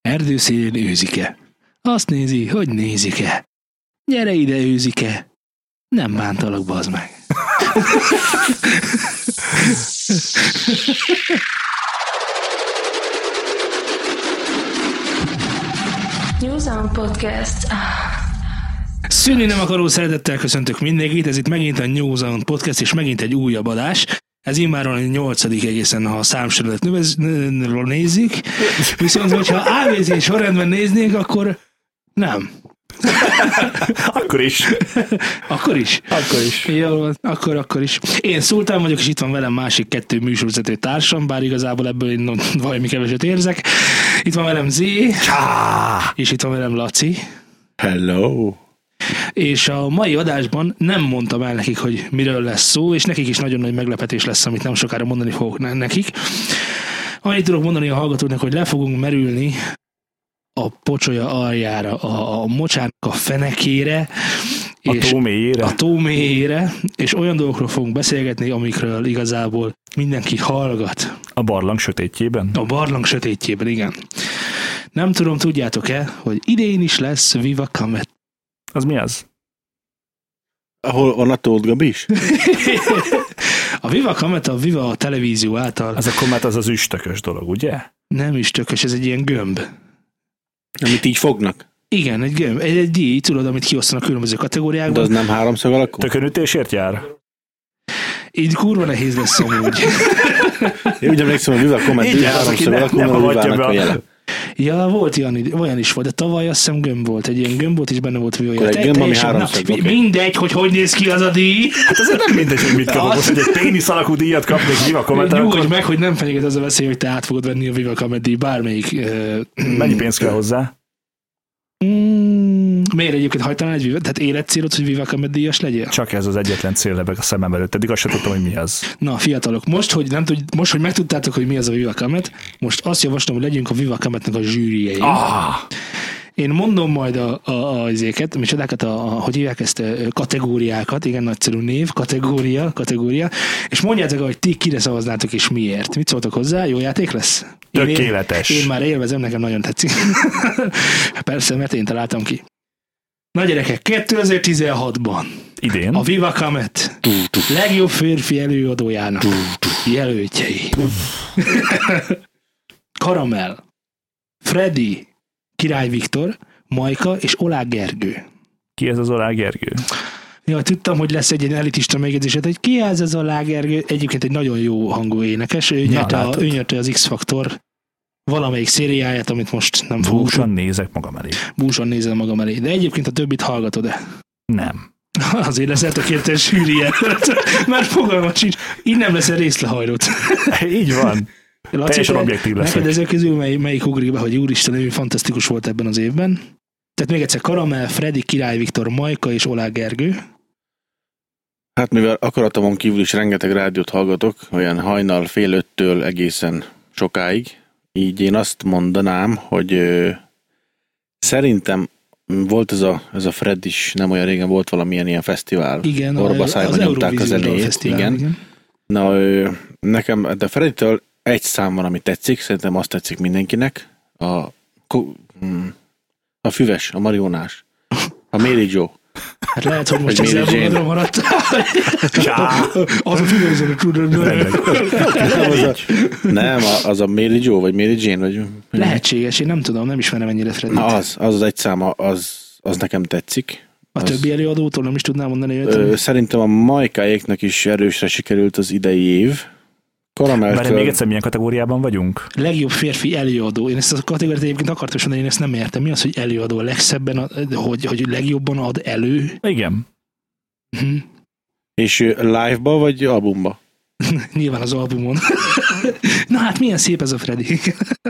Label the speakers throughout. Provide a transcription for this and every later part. Speaker 1: erdőszélén őzike. Azt nézi, hogy nézike. Gyere ide, őzike. Nem bántalak, bazd meg.
Speaker 2: Newzone Podcast.
Speaker 1: Szűnni nem akaró szeretettel köszöntök mindenkit, ez itt megint a New Zealand Podcast, és megint egy újabb adás. Ez immáron a nyolcadik egészen, ha a számsorodat növez- n- n- nézzük. Viszont, hogyha ABC sorrendben néznénk, akkor nem.
Speaker 3: Akkor is.
Speaker 1: Akkor is.
Speaker 3: Akkor is.
Speaker 1: Jó, van, akkor, akkor is. Én Szultán vagyok, és itt van velem másik kettő műsorvezető társam, bár igazából ebből én valami keveset érzek. Itt van velem Z, és itt van velem Laci.
Speaker 3: Hello.
Speaker 1: és a mai adásban nem mondtam el nekik, hogy miről lesz szó, és nekik is nagyon nagy meglepetés lesz, amit nem sokára mondani fogok ne- nekik. Annyit tudok mondani a hallgatóknak, hogy le fogunk merülni a pocsolya aljára, a, a mocsának a fenekére,
Speaker 3: A
Speaker 1: és
Speaker 3: tó mélyére.
Speaker 1: a tó mélyére, és olyan dolgokról fogunk beszélgetni, amikről igazából mindenki hallgat,
Speaker 3: A barlang sötétjében.
Speaker 1: a barlang sötétjében, igen. Nem tudom, tudjátok-e, hogy idén is lesz Viva Comet.
Speaker 3: Az mi az?
Speaker 4: Ahol van a Tóth Gabi is?
Speaker 1: A Viva Comet a Viva televízió által
Speaker 3: Az a komát az az üstökös dolog, ugye?
Speaker 1: nem is tökös, ez egy ilyen gömb.
Speaker 4: Amit így fognak?
Speaker 1: Igen, egy gömb, egy, egy díj, tudod, amit kiosztanak különböző
Speaker 4: De
Speaker 1: kategóriákban.
Speaker 4: az nem háromszög alakú?
Speaker 3: Tökönütésért jár?
Speaker 1: Így kurva nehéz lesz amúgy.
Speaker 4: Én úgy emlékszem, hogy mivel komment,
Speaker 3: Igen,
Speaker 4: hogy
Speaker 3: az, aki
Speaker 4: háromszög
Speaker 3: nem-
Speaker 4: alakú,
Speaker 3: nem
Speaker 4: nem a
Speaker 3: avatja
Speaker 4: Vivának
Speaker 3: be a-
Speaker 4: a jele.
Speaker 1: ja, volt ilyen, olyan is volt, de tavaly azt hiszem gömb volt, egy ilyen gömb volt, és benne volt Viva.
Speaker 4: Akkor egy
Speaker 1: Te-
Speaker 4: gömb, ami
Speaker 1: teljesen- na,
Speaker 4: háromszög,
Speaker 1: mi-
Speaker 4: oké.
Speaker 1: Mindegy, hogy hogy néz ki az a díj.
Speaker 3: Hát azért nem mindegy, hogy mit kapok.
Speaker 1: Az-
Speaker 3: Most, hogy egy pénisz alakú díjat kapnék Viva komát,
Speaker 1: Nyugodj
Speaker 3: akkor
Speaker 1: meg, hogy nem fenyeget az a veszély, hogy te át fogod venni a Viva Comet díj bármelyik. ö,
Speaker 3: mennyi pénz kell hozzá?
Speaker 1: Mm, miért egyébként hajtanál egy Viva, tehát életcélod, hogy Viva Comet díjas legyél?
Speaker 3: Csak ez az egyetlen cél lebeg a szemem előtt. Eddig azt sem tudtam, hogy mi az.
Speaker 1: Na, fiatalok, most, hogy nem tud, most, hogy megtudtátok, hogy mi az a Viva Comet, most azt javaslom, hogy legyünk a Viva Cometnek a zsűriei.
Speaker 3: Ah,
Speaker 1: Én mondom majd a, a, a izéket, mi csodákat, a, a, hogy hívják ezt, ö, kategóriákat, igen, nagyszerű név, kategória, kategória, és mondjátok, hogy ti kire szavaznátok és miért. Mit szóltok hozzá? Jó játék lesz? Én-
Speaker 3: Tökéletes.
Speaker 1: Én, én már élvezem, nekem nagyon tetszik. Persze, mert én találtam ki. Na gyerekek, 2016-ban a
Speaker 3: idén.
Speaker 1: Viva Comet legjobb férfi előadójának jelöltjei. Karamel, Freddy, Király Viktor, Majka és Olá Gergő.
Speaker 3: Ki ez az Olá Gergő?
Speaker 1: Ja, tudtam, hogy lesz egy ilyen elitista megjegyzésed, hogy ki ez az Olá Gergő? Egyébként egy nagyon jó hangú énekes, ő
Speaker 3: Na,
Speaker 1: nyerte, a,
Speaker 3: látod.
Speaker 1: ő nyerte az X-Faktor valamelyik szériáját, amit most nem fogok
Speaker 3: Búsan nézek magam elé.
Speaker 1: búsan nézel magam elé. De egyébként a többit hallgatod-e?
Speaker 3: Nem.
Speaker 1: Azért lesz eltökélte a sűri előtt, mert fogalmat sincs. Így nem leszel részlehajlott.
Speaker 3: Így van. Teljesen objektív leszek.
Speaker 1: Neked ezek közül mely, melyik ugrik be, hogy úristen, ő fantasztikus volt ebben az évben. Tehát még egyszer Karamel, Freddy, Király Viktor, Majka és Olá Gergő.
Speaker 4: Hát mivel akaratomon kívül is rengeteg rádiót hallgatok, olyan hajnal fél öttől egészen sokáig, így én azt mondanám, hogy ö, szerintem volt ez a, ez a Fred is, nem olyan régen volt valamilyen ilyen fesztivál.
Speaker 1: Igen,
Speaker 4: Orba
Speaker 1: a-
Speaker 4: szájba nyomták a
Speaker 1: Eurovíziós
Speaker 4: zenét,
Speaker 1: Dalfesztivál,
Speaker 4: igen. Na, ö, nekem de Freditől egy szám van, ami tetszik, szerintem azt tetszik mindenkinek. A, ko- mm, a füves, a marionás. A Mary Joe.
Speaker 1: Hát lehet, hogy most
Speaker 4: Hogy
Speaker 1: ezzel
Speaker 4: Mary Jane.
Speaker 1: fogadra maradt. Az a fülőzőre tudom.
Speaker 3: Hát,
Speaker 4: Nem, a- az a Mary Joe, vagy Mary Jane, vagy...
Speaker 1: Lehetséges, én nem tudom, nem ismerem ennyire Freddy.
Speaker 4: Na az, az az egy száma, az, az nekem tetszik.
Speaker 1: A
Speaker 4: az-
Speaker 1: többi előadótól nem is tudnám mondani őt.
Speaker 4: Ö, szerintem a Majkáéknak is erősre sikerült az idei év.
Speaker 3: Mert még
Speaker 4: Karameltől
Speaker 3: egyszer milyen kategóriában vagyunk?
Speaker 1: legjobb férfi előadó. Én ezt a kategóriát egyébként akartam is mondani, én ezt nem értem. Mi az, hogy előadó? A legszebben, ad- hogy, hogy legjobban ad elő?
Speaker 3: Igen.
Speaker 1: Hm.
Speaker 4: és ö, live-ba, vagy albumba?
Speaker 1: Nyilván az albumon. Na hát milyen szép ez a Freddy.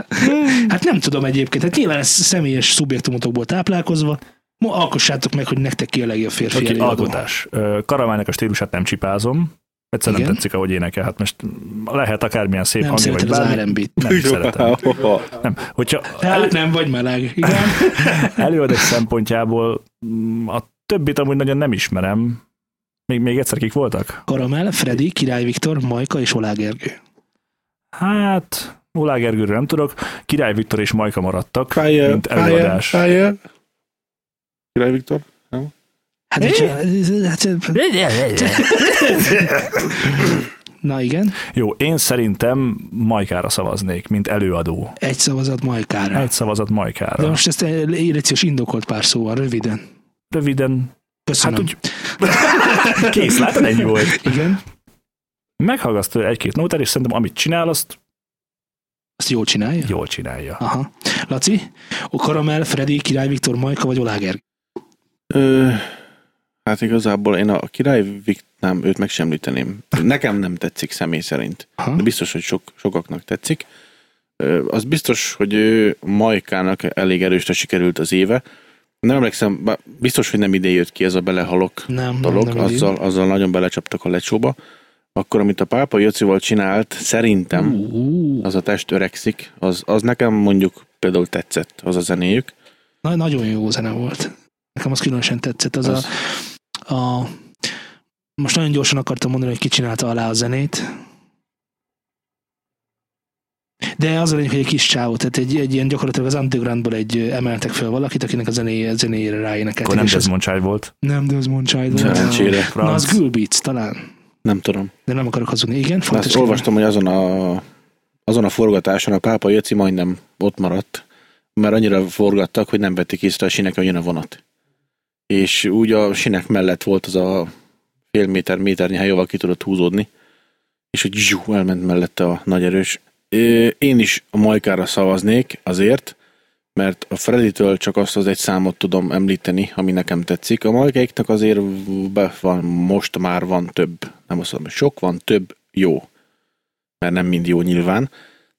Speaker 1: hát nem tudom egyébként. Hát nyilván ez személyes szubjektumotokból táplálkozva. Ma alkossátok meg, hogy nektek ki a legjobb férfi
Speaker 3: Oké,
Speaker 1: előadó.
Speaker 3: alkotás. Ö, Karamánynak a stílusát nem csipázom. Egyszerűen
Speaker 1: Igen.
Speaker 3: nem tetszik, ahogy énekel. Hát most lehet akármilyen szép
Speaker 1: Nem
Speaker 3: hangja, vagy
Speaker 1: szereted az
Speaker 3: bármi.
Speaker 1: R&B-t.
Speaker 3: Nem szeretem.
Speaker 4: Hoho.
Speaker 3: Nem. Hogyha elő,
Speaker 1: Hát nem vagy meleg. Igen.
Speaker 3: előadás szempontjából mm, a többit amúgy nagyon nem ismerem. Még, még egyszer kik voltak?
Speaker 1: Karamel, Freddy, Király Viktor, Majka és Olá Gergő.
Speaker 3: Hát Ulá Gergőről nem tudok, Király Viktor és Majka maradtak,
Speaker 4: Fire,
Speaker 3: mint
Speaker 4: fire,
Speaker 3: előadás.
Speaker 4: fire. Király Viktor?
Speaker 1: Hát, így- hát, na igen,
Speaker 3: Jó, én szerintem Majkára szavaznék, mint előadó.
Speaker 1: egy szavazat Majkára.
Speaker 3: Egy szavazat
Speaker 1: De
Speaker 3: Majkára.
Speaker 1: most ezt eh, élecciós indokolt pár szóval, röviden.
Speaker 3: Röviden,
Speaker 1: Köszönöm.
Speaker 3: hát úgy... Kész, látod, ennyi volt.
Speaker 1: Igen,
Speaker 3: Meghallgatsz tőle egy-két nótát, és szerintem amit csinál, azt
Speaker 1: azt jól csinálja.
Speaker 3: jól csinálja.
Speaker 1: Aha. Laci, a Karamel, Freddy, Király Viktor, Majka vagy Oláger?
Speaker 4: Ö, hát igazából én a Király Viktor, nem, őt meg sem említeném. Nekem nem tetszik személy szerint.
Speaker 1: Aha.
Speaker 4: de biztos, hogy sok, sokaknak tetszik. Ö, Az biztos, hogy ő Majkának elég erősre sikerült az éve. Nem emlékszem, bá- biztos, hogy nem ide jött ki ez a belehalok
Speaker 1: Nem,
Speaker 4: dolog,
Speaker 1: nem, nem
Speaker 4: azzal, azzal nagyon belecsaptak a lecsóba. Azért, amit a pápa Jocival csinált, szerintem
Speaker 1: Uh,
Speaker 4: az a test öregszik, az, az nekem mondjuk például tetszett az a zenéjük.
Speaker 1: na, nagyon jó zene volt. Nekem az különösen tetszett. Az, az.
Speaker 4: Az,
Speaker 1: A, a, most nagyon gyorsan akartam mondani, hogy ki csinálta alá a zenét. De az a lényeg, hogy egy kis csávó, tehát egy, egy ilyen gyakorlatilag az undergroundból egy ö, emeltek fel valakit, akinek a zenéje, zenére ráénekeltek.
Speaker 3: Akkor nem
Speaker 1: és az-
Speaker 3: Desmond Child volt.
Speaker 1: nem Desmond Child.
Speaker 4: szerencsére.
Speaker 1: Na, az
Speaker 3: Franz.
Speaker 1: Gülbeats talán,
Speaker 4: Nem tudom.
Speaker 1: de nem akarok hazudni. Igen,
Speaker 4: Azt
Speaker 1: fontos.
Speaker 4: olvastam, hogy azon a, azon a forgatáson a pápa Joci majdnem ott maradt, mert annyira forgattak, hogy nem vették észre a sinek, hogy jön a vonat. És úgy a sinek mellett volt az a fél méter, méternyi hely, ahol ki tudott húzódni, és hogy zsú, elment mellette a nagy erős. Ö, Én is a Majkára szavaznék azért, mert a Freddy-től csak azt az egy számot tudom említeni, ami nekem tetszik. A Majkáiknak azért be van, most már van több, nem azt mondom, hogy sok van, több jó mert nem mind jó nyilván,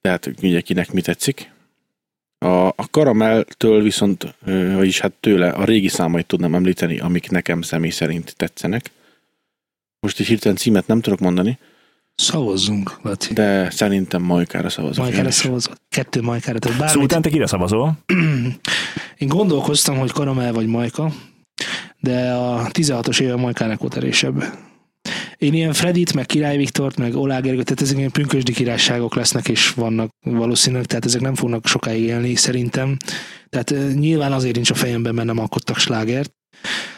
Speaker 4: tehát ugye kinek mi tetszik. A, a karamelltől viszont, ö, vagyis hát tőle a régi számait tudnám említeni, amik nekem személy szerint tetszenek. Most egy hirtelen címet nem tudok mondani,
Speaker 1: Szavazzunk, Laci.
Speaker 4: de szerintem Majkára szavazok. én
Speaker 1: Majkára
Speaker 4: is.
Speaker 1: szavazott. Kettő Majkára. Tehát
Speaker 3: Szóval
Speaker 1: bármit,
Speaker 3: utána te kire szavazol?
Speaker 1: én gondolkoztam, hogy Karamel vagy Majka, de a 16-os éve Majkának volt erősebb. Én ilyen Fredit, meg Király Viktort, meg Olá Gergőt, tehát ezek ilyen pünkösdi királyságok lesznek és vannak valószínűleg, tehát ezek nem fognak sokáig élni szerintem. Tehát ö, nyilván azért nincs a fejemben, mert nem alkottak slágert.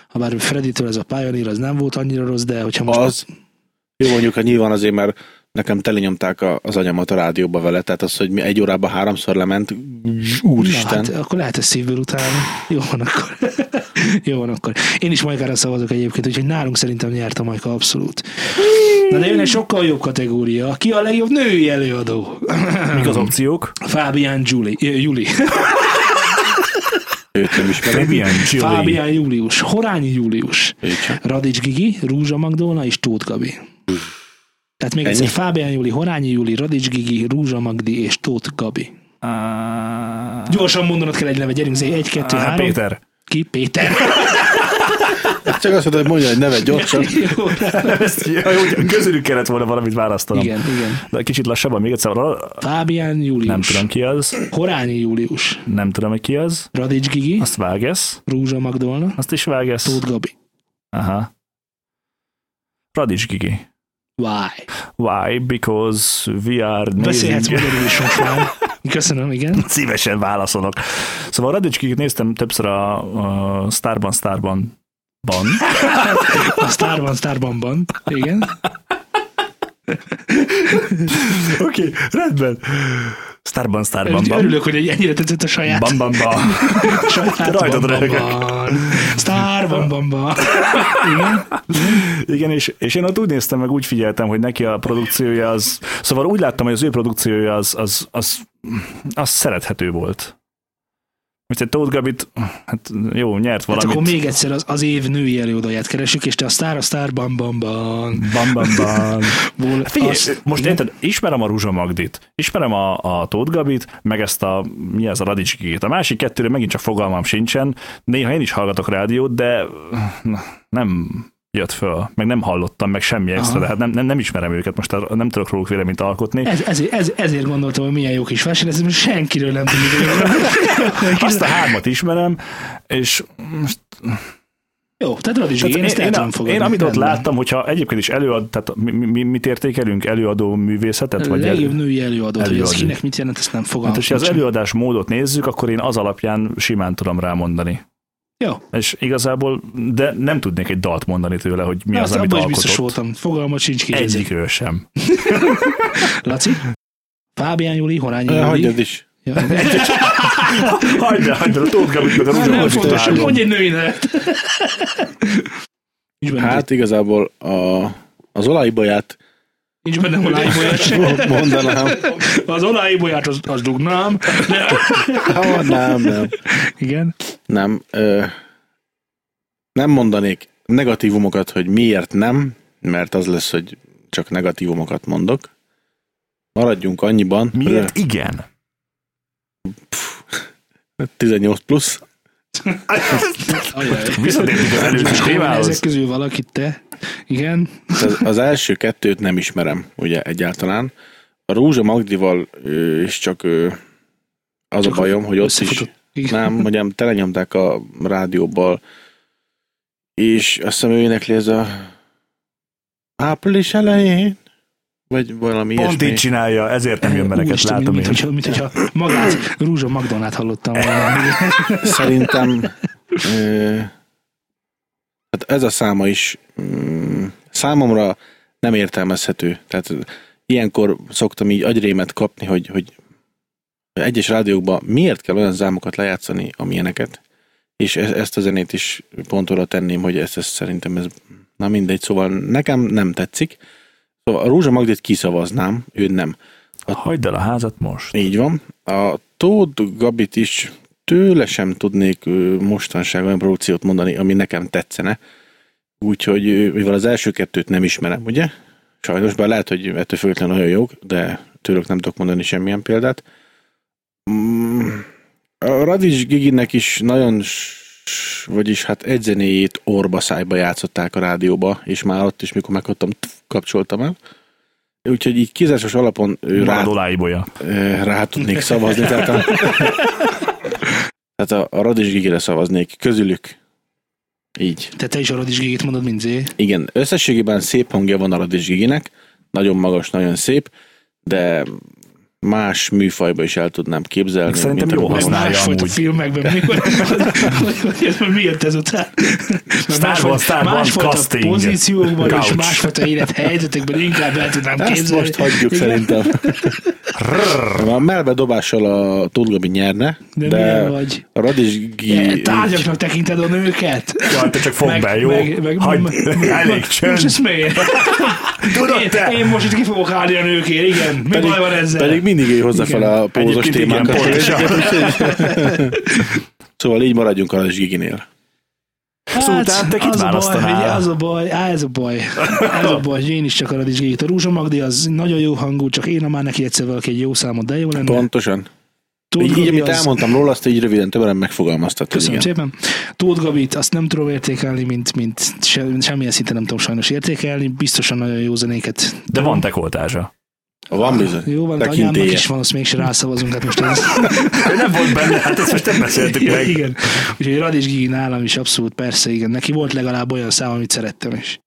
Speaker 1: Habár Freditől ez a Pioneer, az nem volt annyira rossz, de hogyha most...
Speaker 4: Az, jó mondjuk, hát nyilván azért, mert nekem telinyomták a- az anyamat a rádióba vele, tehát az, hogy mi egy órába háromszor lement, úristen.
Speaker 1: Na, hát akkor lehet ez szívből utána. Jó van akkor. Jó van akkor. Én is Majkára szavazok egyébként, úgyhogy nálunk szerintem nyert a Majka abszolút. Na de jön egy sokkal jobb kategória. Ki a legjobb női előadó?
Speaker 3: Mik
Speaker 1: Ehm,
Speaker 3: az opciók?
Speaker 1: Fábián Juli. Ö, Juli.
Speaker 4: Őt nem ismerem.
Speaker 3: Fabian Julie.
Speaker 1: Fábián Július. Horányi Július.
Speaker 4: Őt sem.
Speaker 1: Radics Gigi, Rúzsa Magdolna és Tóth Gabi. Tehát még egyszer
Speaker 4: Ennyi?
Speaker 1: Fábián Júli, Horányi Júli, Radics Gigi, Rúzsa Magdi és Tóth Gabi.
Speaker 3: Á,
Speaker 1: Gyorsan mondanod kell egy neve, gyerünk, Zé. egy, kettő,
Speaker 3: á,
Speaker 1: három.
Speaker 3: Péter.
Speaker 1: Ki? Péter.
Speaker 4: Csak azt mondta, hogy mondja egy nevet gyorsan.
Speaker 1: Jó, hát
Speaker 3: Ezt, ja, jó, ugye közülük kellett volna valamit választanom.
Speaker 1: igen, igen.
Speaker 3: De kicsit lassabban, még egyszer.
Speaker 1: Fábián Július.
Speaker 3: Nem tudom ki az,
Speaker 1: Horányi Július.
Speaker 3: nem tudom, hogy ki az.
Speaker 1: Radics Gigi.
Speaker 3: Azt vágesz,
Speaker 1: Rúzsa Magdolna.
Speaker 3: azt is vágesz.
Speaker 1: Tóth Gabi.
Speaker 3: Aha. Radics Gigi.
Speaker 1: Why?
Speaker 3: Why? Because we are
Speaker 1: Beszélhetsz
Speaker 3: nézünk.
Speaker 1: magyarul is most már. Köszönöm, igen.
Speaker 3: Szívesen válaszolok. Szóval Radics Gigit néztem többször a, a Starban Starban Ban.
Speaker 1: A Starban, Starbanban. Igen.
Speaker 3: Oké, okay, rendben. Starban Starban
Speaker 1: Úgy
Speaker 3: Ban.
Speaker 1: Örülök, hogy egy- ennyire tetszett a saját. Hát
Speaker 3: Ban ban ban.
Speaker 1: saját
Speaker 3: Rajtad
Speaker 1: ban-
Speaker 3: röhögök.
Speaker 1: ban- Starbanbanban. Igen.
Speaker 3: Igen, és, és én ott úgy néztem, meg úgy figyeltem, hogy neki a produkciója az... Szóval úgy láttam, hogy az ő produkciója az, az, az, az szerethető volt. Most egy Tóth Gabit, hát jó,
Speaker 1: Hát
Speaker 3: nyert valamit.
Speaker 1: akkor még egyszer az, az év női előadóját keresünk, és te a Star a Starbanbanban.
Speaker 3: Bam, bam, bam.
Speaker 1: Ból
Speaker 3: Hát Figyelj,
Speaker 1: azt-
Speaker 3: most
Speaker 1: Igen?
Speaker 3: érted, ismerem a Ruzsa Magdit, ismerem a, a Tóth Gabit, meg ezt a, mi ez a Radics Gigit. A másik kettőről megint csak fogalmam sincsen. Néha én is hallgatok rádiót, de nem jött föl, meg nem hallottam, meg semmi extra, de hát nem, nem, nem ismerem őket, most arra nem tudok róluk véleményt alkotni.
Speaker 1: Ez, ezért, ez, ezért gondoltam, hogy milyen jó kis verseny, ez most senkiről nem tudjuk. hogy-
Speaker 3: Azt a hármat ismerem, és most
Speaker 1: Jó, tehát Radics
Speaker 3: Tehát
Speaker 1: én, én ezt el tudom fogadni.
Speaker 3: én amit ott
Speaker 1: Rendben.
Speaker 3: láttam, hogyha egyébként is előad, tehát mi, mi, mi- mit értékelünk, előadó művészetet? Vagy
Speaker 1: legjobb
Speaker 3: elő,
Speaker 1: női előadót, hogy ez
Speaker 3: előadni.
Speaker 1: kinek mit jelent, ezt nem fogalmam.
Speaker 3: hát, hogyha az
Speaker 1: sincs.
Speaker 3: előadás módot nézzük, akkor én az alapján simán tudom rámondani.
Speaker 1: Jó,
Speaker 3: És igazából, de nem tudnék egy dalt mondani tőle, hogy mi
Speaker 1: mi
Speaker 3: az,
Speaker 1: az,
Speaker 3: amit
Speaker 1: abban is biztos
Speaker 3: alkotott.
Speaker 1: voltam. Fogalma sincs ki.
Speaker 3: Egyikről sem.
Speaker 1: Laci? Fábián Júli, Horányi
Speaker 4: Eh,
Speaker 1: Júli.
Speaker 4: Hagyjad is.
Speaker 1: Ja.
Speaker 3: Hagyd el, hagyd el, a Tóth Gabit meg az
Speaker 1: Nem
Speaker 3: ugyanaz
Speaker 1: fontos,
Speaker 3: utálom.
Speaker 1: mondj egy női nevet. Nincs benne, hát,
Speaker 4: Hát igazából a, az olajbaját
Speaker 1: nincs benne olájbolyás se.
Speaker 4: mondanám.
Speaker 1: Hát Az olájbolyát azt, azt dugnám. De...
Speaker 4: Ha, nem, nem.
Speaker 1: Igen.
Speaker 4: Nem. Ö, nem mondanék negatívumokat, hogy miért nem, mert az lesz, hogy csak negatívumokat mondok. Maradjunk annyiban.
Speaker 3: Miért igen?
Speaker 4: Ö, 18 plusz.
Speaker 1: Ajaj.
Speaker 3: Visszatértünk az előző
Speaker 1: Ezek
Speaker 3: témához.
Speaker 1: közül valaki te. Igen.
Speaker 4: Az, az első kettőt nem ismerem, ugye egyáltalán. A Rózsa Magdival ö, is csak ö, az
Speaker 1: Csak
Speaker 4: a bajom, hogy ott is
Speaker 1: összefutott. Igen.
Speaker 4: nem, mondjam, telenyomták a rádióból, és azt hiszem ő énekli ez a április elején, vagy valami
Speaker 3: Pont így
Speaker 4: ilyesmi.
Speaker 3: csinálja, ezért nem jön be neked,
Speaker 1: Úristen,
Speaker 3: látom
Speaker 1: mint,
Speaker 3: én.
Speaker 1: hogyha, mint hogyha magát, Rúzsa Magdonát hallottam volna.
Speaker 4: Szerintem ö, hát ez a száma is mm, számomra nem értelmezhető. Tehát ilyenkor szoktam így agyrémet kapni, hogy, hogy egyes rádiókban miért kell olyan számokat lejátszani, amilyeneket. És e- ezt a zenét is pont oda tenném, hogy ezt, ezt szerintem ez na mindegy, szóval nekem nem tetszik. Szóval a Rózsa Magdit kiszavaznám, ő nem.
Speaker 3: Hagyd el a házat most.
Speaker 4: Így van. A Tóth Gabit is tőle sem tudnék ö, mostanság olyan produkciót mondani, ami nekem tetszene. Úgyhogy, ö, mivel az első kettőt nem ismerem, ugye? Sajnos, bár lehet, hogy ettől függetlenül olyan jók, de tőlük nem tudok mondani semmilyen példát. Mm, A Radics Giginek is nagyon, s- vagyis hát egy zenéjét orba szájba játszották a rádióba, és már ott is, mikor megkaptam, tf, kapcsoltam el. Úgyhogy így kizásos alapon ő rá
Speaker 3: Marad olájbolya.
Speaker 4: Ö, rá tudnék szavazni. Tehát a, tehát a, a Radis Gigire szavaznék közülük. Így.
Speaker 1: Te, te is a Radis Gigit mondod, mint Zé.
Speaker 4: Igen, összességében szép hangja van a Radis Giginek, nagyon magas, nagyon szép, de más műfajba is el tudnám képzelni.
Speaker 3: Szerintem
Speaker 4: mint
Speaker 3: jó
Speaker 4: amit
Speaker 3: használ.
Speaker 4: most-
Speaker 3: Használja
Speaker 1: másfajta
Speaker 3: amúgy.
Speaker 1: filmekben, mikor, hogy, hogy ez már miért ez után? Mert
Speaker 3: Star Wars, Star Wars casting.
Speaker 1: pozíciókban és
Speaker 3: Couch.
Speaker 1: másfajta élethelyzetekben inkább el tudnám
Speaker 4: Ezt
Speaker 1: képzelni.
Speaker 4: most hagyjuk
Speaker 1: Igen.
Speaker 4: szerintem. A melbe dobással a Tóth Gabi nyerne,
Speaker 1: De
Speaker 4: de,
Speaker 1: milyen vagy?
Speaker 4: a Radis
Speaker 1: Ilyen
Speaker 4: Gigi...
Speaker 1: Tárgyaknak tekinted a nőket?
Speaker 3: Jaj, hát te csak fogd be, jó? Hagyd, elég
Speaker 1: Most
Speaker 3: csönd.
Speaker 1: ezt miért?
Speaker 3: Tudod
Speaker 1: Én,
Speaker 3: te?
Speaker 1: én most itt ki fogok állni a nőkért, igen. Mi pedig,
Speaker 4: Pedig,
Speaker 1: baj van ezzel?
Speaker 4: pedig mindig ő hozza fel a pózos
Speaker 3: Egyébként igen,
Speaker 4: témákat.
Speaker 3: pontosan.
Speaker 4: Szóval így maradjunk a Radis Giginél.
Speaker 3: Szóval tehát te kit
Speaker 1: Hát, az, a baj, hogy
Speaker 3: választanál?
Speaker 1: az a baj, á, ez a baj. Ez a baj, hogy én is csak a Radis Gigit. A Rúzsa Magdi az nagyon jó hangú, csak én ha már neki egyszer valaki egy jó számot, de jó lenne.
Speaker 4: Pontosan.
Speaker 1: Tóth
Speaker 4: így, így,
Speaker 1: Gabi
Speaker 4: amit
Speaker 1: az-
Speaker 4: elmondtam róla, azt így röviden többen megfogalmaztad. hogy
Speaker 1: Köszönöm
Speaker 4: igen.
Speaker 1: szépen. Tóth Gabit azt nem tudom értékelni, mint, mint se, semmilyen szinten nem tudom sajnos értékelni. Biztosan nagyon jó zenéket.
Speaker 3: De van tekoltása.
Speaker 4: Van bizony.
Speaker 1: Jó van, de
Speaker 4: Tekintélye.
Speaker 1: anyámnak is van, azt mégse rászavazunk. Hát most ez...
Speaker 3: Nem volt benne, hát ezt most nem beszéltük
Speaker 1: igen,
Speaker 3: meg.
Speaker 1: igen. Úgyhogy Radis Gigi nálam is abszolút persze, igen. Neki volt legalább olyan szám, amit szerettem is.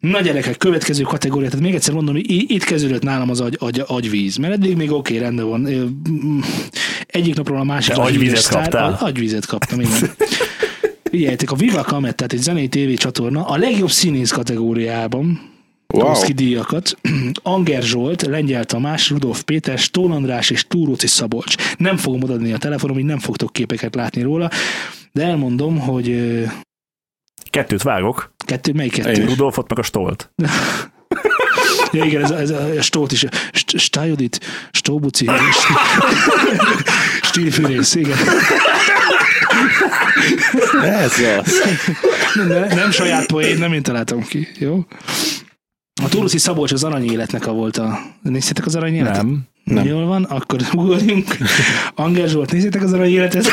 Speaker 1: Na gyerekek, következő kategória, tehát még egyszer mondom, i- itt kezdődött nálam az agy, agy, agyvíz, mert eddig még oké, okay, rendben van. Ö, mm, Egyik napról a másikra.
Speaker 3: Te
Speaker 1: az
Speaker 3: agyvizet
Speaker 1: híres sztár-
Speaker 3: kaptál?
Speaker 1: agy- Agyvizet kaptam, igen. Figyeljetek, a Viva Kamet, tehát egy zenei TV csatorna, a legjobb színész kategóriában,
Speaker 4: Wow.
Speaker 1: Tomszki díjakat. Anger Zsolt, Lengyel Tamás, Rudolf Péter, Stól András és Túróci Szabolcs. Nem fogom odadni a telefonom, így nem fogtok képeket látni róla, de elmondom, hogy ö,
Speaker 3: Kettőt vágok,
Speaker 1: kettő, melyik
Speaker 4: Én
Speaker 1: kettő?
Speaker 4: is.
Speaker 3: Rudolfot meg a Stolt.
Speaker 1: Ja, igen, ez, a- ez a Stót is. St- Stájodit, Stóbuci, Stílfűrész, igen.
Speaker 4: Ez az.
Speaker 1: Ne, nem saját poén, nem én találtam ki, jó? A Túróci Szabolcs az arany életnek a volt a... Néztétek az arany életet?
Speaker 3: Nem.
Speaker 1: Nem. Jól van, akkor ugorjunk. Anger Zsolt, nézzétek az arany életet.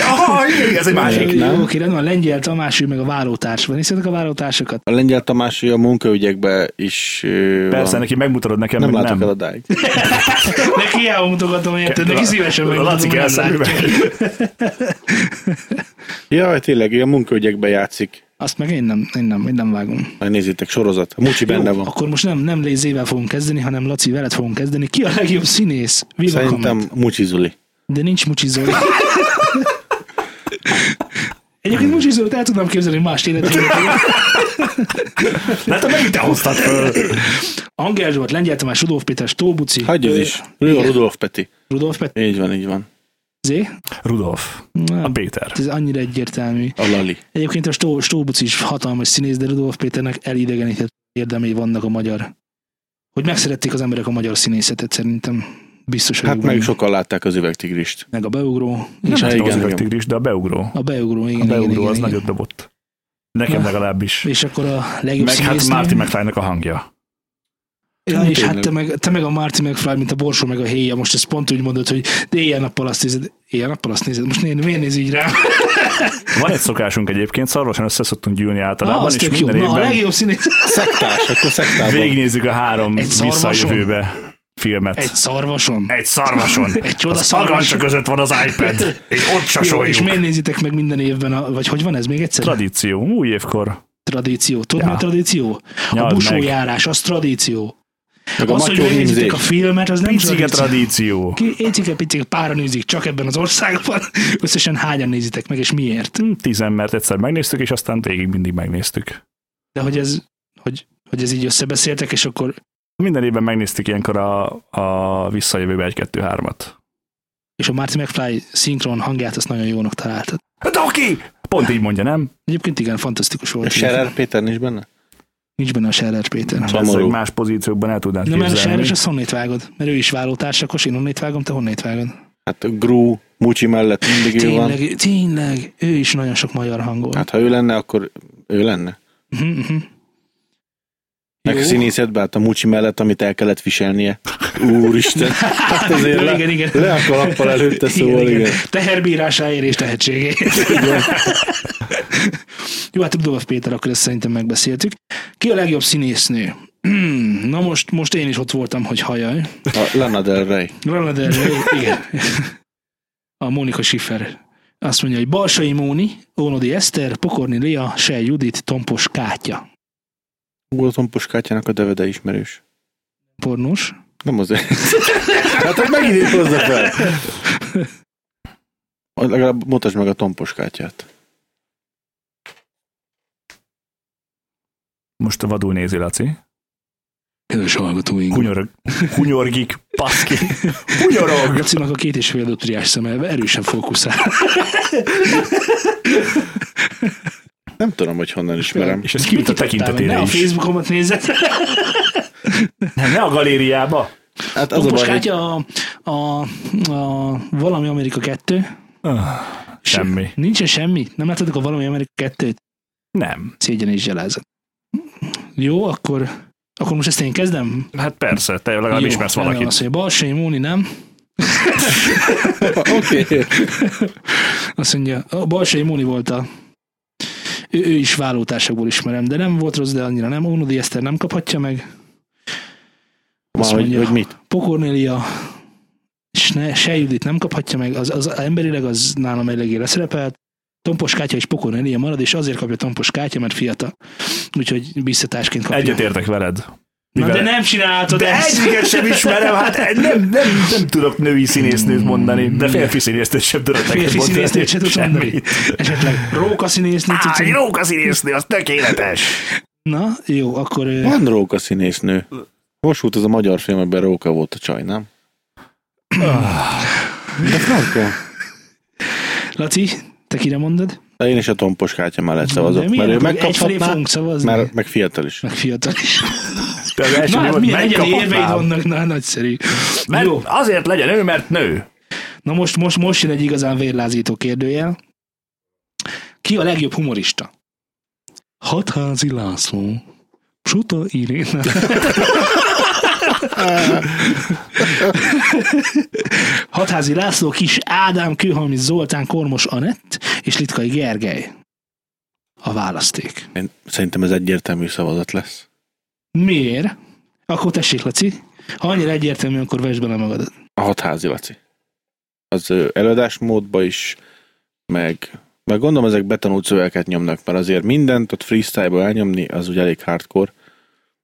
Speaker 3: Aha, igen, ez egy másik.
Speaker 1: Jó,
Speaker 4: nem?
Speaker 1: Oké, rendben van. Lengyel Tamás, ő meg a vállótárs. Van nézzétek a vállótársakat?
Speaker 4: A lengyel Tamás ő a munkaügyekben is ö,
Speaker 3: Persze,
Speaker 4: van.
Speaker 3: neki megmutatod nekem,
Speaker 4: nem
Speaker 3: hogy
Speaker 4: látok el
Speaker 3: nem.
Speaker 4: odáig.
Speaker 1: Neki hiába mutogatom, érted? Neki szívesen
Speaker 3: A
Speaker 1: megmutatom,
Speaker 3: Laci
Speaker 1: hogy
Speaker 3: kell
Speaker 1: nem látja.
Speaker 3: szemüveg.
Speaker 4: Jaj, tényleg, ilyen munkaügyekbe játszik.
Speaker 1: Azt meg én nem, én nem, én nem vágom.
Speaker 4: Megnézzétek, sorozat. Mucsi benne
Speaker 1: Jó,
Speaker 4: van.
Speaker 1: Akkor most nem, nem Lézével fogunk kezdeni, hanem Laci veled fogunk kezdeni. Ki a legjobb színész? Viva
Speaker 4: Szerintem
Speaker 1: Kamet.
Speaker 4: Mucsi Zuli.
Speaker 1: De nincs Mucsi Zoli. Egyébként Mucsi Zolit el tudnám képzelni más életében.
Speaker 3: De te megint Hát, te hoztad föl.
Speaker 1: Angel Zsolt, Lengyel Tamás, Rudolf Péter, Stóbuci.
Speaker 4: Hagyjuk is. Ő a Rudolf Peti.
Speaker 1: Rudolf Péter.
Speaker 4: Így van, így van.
Speaker 1: Zé?
Speaker 3: Rudolf.
Speaker 1: Na,
Speaker 3: A
Speaker 4: Hm.
Speaker 3: Péter.
Speaker 1: ez annyira egyértelmű.
Speaker 4: A Lali.
Speaker 1: Egyébként a Stó, Stóbuci is hatalmas színész, de Rudolf Péternek elidegenített érdemei vannak a magyar. Hogy megszerették az emberek a magyar színészetet szerintem. Biztos, hogy
Speaker 4: Hát
Speaker 1: ugrani.
Speaker 4: meg sokan látták az üvegtigrist.
Speaker 1: meg a beugró.
Speaker 3: Nem
Speaker 1: És
Speaker 4: hát
Speaker 3: hát
Speaker 4: igen,
Speaker 3: az
Speaker 4: igen.
Speaker 3: üvegtigris, de a beugró.
Speaker 1: a beugró, igen,
Speaker 3: A
Speaker 1: igen,
Speaker 3: beugró
Speaker 1: igen,
Speaker 3: az
Speaker 1: igen.
Speaker 3: nagyot dobott. Nekem
Speaker 4: Hm.
Speaker 1: Na.
Speaker 3: legalábbis.
Speaker 1: És akkor a legjobb
Speaker 3: Meg hát
Speaker 1: színésznő.
Speaker 3: Marty McFly-nak a hangja.
Speaker 1: Ja,
Speaker 4: Hát
Speaker 1: és
Speaker 4: tényleg.
Speaker 1: hát te meg, te meg a Marty McFly, mint a borsó meg a héja, most ezt pont úgy mondod, hogy de éjjel-nappal azt nézed, éjjel-nappal azt nézed, most né- miért néz így rá?
Speaker 3: Hát Van egy szokásunk egyébként, szarvasan össze szoktunk gyűlni
Speaker 1: Na,
Speaker 3: általában,
Speaker 1: Ah, az
Speaker 3: és
Speaker 1: tök jó.
Speaker 3: minden
Speaker 1: Na, a
Speaker 3: évben
Speaker 1: legjobb színész.
Speaker 4: Szektás, akkor szektában.
Speaker 3: végignézzük a három
Speaker 1: Egy szarvason?
Speaker 3: visszajövőbe filmet.
Speaker 1: Egy szarvason.
Speaker 3: Egy szarvason.
Speaker 1: Egy csoda
Speaker 3: az
Speaker 1: szarvas.
Speaker 3: agancsa között van az iPad. És ott
Speaker 1: Jó, és
Speaker 3: sasoljuk.
Speaker 1: miért nézitek meg minden évben, a, vagy hogy van ez még egyszer?
Speaker 3: Tradíció. Új évkor.
Speaker 1: tradíció. Tudod,
Speaker 3: Ja.
Speaker 1: mi a tradíció? A
Speaker 3: Nyald meg.
Speaker 1: busójárás, az tradíció.
Speaker 4: Meg a
Speaker 1: az, hogy
Speaker 4: matyó
Speaker 1: megnézitek
Speaker 4: hímzék.
Speaker 1: a filmet, az nem
Speaker 3: Picike
Speaker 1: tradíció.
Speaker 3: tradíció.
Speaker 1: Ki- Écike, picike, pára nézik csak ebben az országban. Összesen hányan nézitek meg, és miért?
Speaker 3: Tizen, mert egyszer megnéztük, és aztán végig mindig megnéztük.
Speaker 1: De hogy ez, hogy, hogy ez így összebeszéltek, és akkor
Speaker 3: Minden évben megnéztük ilyenkor a, a visszajövőbe 1-2-3-at.
Speaker 1: és a Marty McFly szinkron hangját azt nagyon jónak találtad.
Speaker 3: Doki! Pont így mondja, nem?
Speaker 1: Egyébként igen, fantasztikus
Speaker 4: A
Speaker 1: volt.
Speaker 4: Scherer Péter nincs benne?
Speaker 1: Nincs benne a Scherer Péter.
Speaker 4: Szomorú.
Speaker 3: Valószínűleg más pozíciókban el tudnád
Speaker 1: Na, mert a
Speaker 3: képzelni.
Speaker 1: Scherer, és azt honnét vágod? Mert ő is vállótárs, akkor én honnét vágom, te honnét vágod?
Speaker 4: Hát a Gru, Mucsi mellett mindig ő van.
Speaker 1: Tényleg, tényleg, ő is nagyon sok magyar hangolt.
Speaker 4: Hát ha ő lenne, akkor ő lenne.
Speaker 1: Mhm, mhm.
Speaker 4: Meg
Speaker 1: Jó.
Speaker 4: színészet, hát a Mucsi mellett, amit el kellett viselnie. Úristen. Hát azért
Speaker 1: Ja,
Speaker 4: le,
Speaker 1: igen, igen.
Speaker 4: le a kalappal előtte, szóval igen.
Speaker 1: Teherbírásáért és tehetségéért. Jó, hát Rudolf Péter, akkor ezt szerintem megbeszéltük. Ki a legjobb színésznő? Hmm, Na most, most én is ott voltam, hogy hajaj.
Speaker 4: A Lana Del Rey.
Speaker 1: Lana Del Rey, igen. A Mónika Schiffer azt mondja, hogy Balsai Móni, Ónodi Eszter, Pokorni Lia, Sej Judit, Tompos Kátya.
Speaker 4: Ugolton Puskátyának a devede ismerős.
Speaker 1: Pornós.
Speaker 4: Nem azért. hát hogy megint itt hozza fel. Legalább mutasd meg a tomposkátyát.
Speaker 3: Most vadul nézi, Laci.
Speaker 1: Kedves hallgatóink.
Speaker 3: Hunyorog. Hunyorgik. Paszki. Hunyorog.
Speaker 1: Lacinak a két és fél adott szeme erősen fókuszál.
Speaker 4: Nem tudom, hogy honnan ismerem.
Speaker 3: És ez kiüt a
Speaker 1: Ne
Speaker 3: tekintetére
Speaker 1: a
Speaker 3: is.
Speaker 1: Facebookomat nézed.
Speaker 3: Ne a galériába.
Speaker 4: Hát az a
Speaker 1: Tompos
Speaker 4: baj, hogy
Speaker 1: Kátya a, a, a, Valami Amerika 2.
Speaker 3: Ah, Semmi.
Speaker 1: Nincsen semmi? Nem láttátok a Valami Amerika 2-t?
Speaker 3: Nem.
Speaker 1: Szégyen és gyalázat. Jó, akkor, akkor most ezt én kezdem?
Speaker 3: Hát persze, te legalább
Speaker 1: Jó,
Speaker 3: ismersz
Speaker 1: rendben
Speaker 3: valakit.
Speaker 1: Van, azt mondja, Balsai Móni nem.
Speaker 4: Oké.
Speaker 1: Azt mondja, a Balsai Móni volt a ő, ő is vállótársakból ismerem, de nem volt rossz, de annyira nem. Ónodi Eszter nem kaphatja meg.
Speaker 4: Ma,
Speaker 1: Azt
Speaker 4: hogy,
Speaker 1: mondja.
Speaker 4: hogy mit?
Speaker 1: Pokornélia Sne, se Judit nem kaphatja meg, az, az emberileg az nálam eléggé leszerepelt. Tompos Kátya és Pokornélia marad, és azért kapja Tompos Kátya, mert fiatal. Úgyhogy biztatásként kapja.
Speaker 3: Egyetértek veled.
Speaker 1: Na, de
Speaker 3: Mivel-
Speaker 1: nem csináltad
Speaker 3: De
Speaker 1: ezt!
Speaker 3: egyiket sem ismerem, hát egy- nem, nem, nem tudok női színésznőt mondani, de férfi színésznőt sem tudok neked
Speaker 1: Férfi
Speaker 3: mondani.
Speaker 1: színésznőt se tudsz mondani. Esetleg róka színésznőt tudsz
Speaker 3: Á,
Speaker 1: mondani?
Speaker 3: Róka színésznő, az tökéletes.
Speaker 1: Na, jó, akkor... ö,
Speaker 4: Van Róka színésznő. Most volt az a magyar film, amiben Róka volt a csaj, nem?
Speaker 1: Ah.
Speaker 4: De Franka.
Speaker 1: Laci, te kire mondod?
Speaker 4: De én is a tomposkátya mellett szavazok,
Speaker 1: miért?
Speaker 4: mert ő
Speaker 1: Egyfelé
Speaker 4: megkaphatná,
Speaker 1: fogunk szavazni.
Speaker 4: mert meg fiatal is.
Speaker 1: Meg fiatal is.
Speaker 3: Te az első
Speaker 1: Na, hát
Speaker 3: volt,
Speaker 1: milyen egyedi érveid
Speaker 3: megkaphatnám.
Speaker 1: vannak, na, nagyszerű.
Speaker 3: Mert
Speaker 1: Jó,
Speaker 3: azért legyen ő, mert nő.
Speaker 1: na most, most, most jön egy igazán vérlázító kérdőjel. Ki a legjobb humorista? Hatházi László. Suta Irén. Hatházi László, Kis Ádám, Kőhalmi Zoltán, Kormos Anett és Litkai Gergely. A választék.
Speaker 4: Én, szerintem ez egyértelmű szavazat lesz.
Speaker 1: Miért? Akkor tessék, Laci. Ha annyira egyértelmű, akkor vesd bele magadat.
Speaker 4: A hatházi Laci. Az ö, előadásmódba is, meg Meg gondolom, ezek betanult szövegeket nyomnak, mert azért mindent ott freestyle-ba elnyomni, az ugye elég hardcore.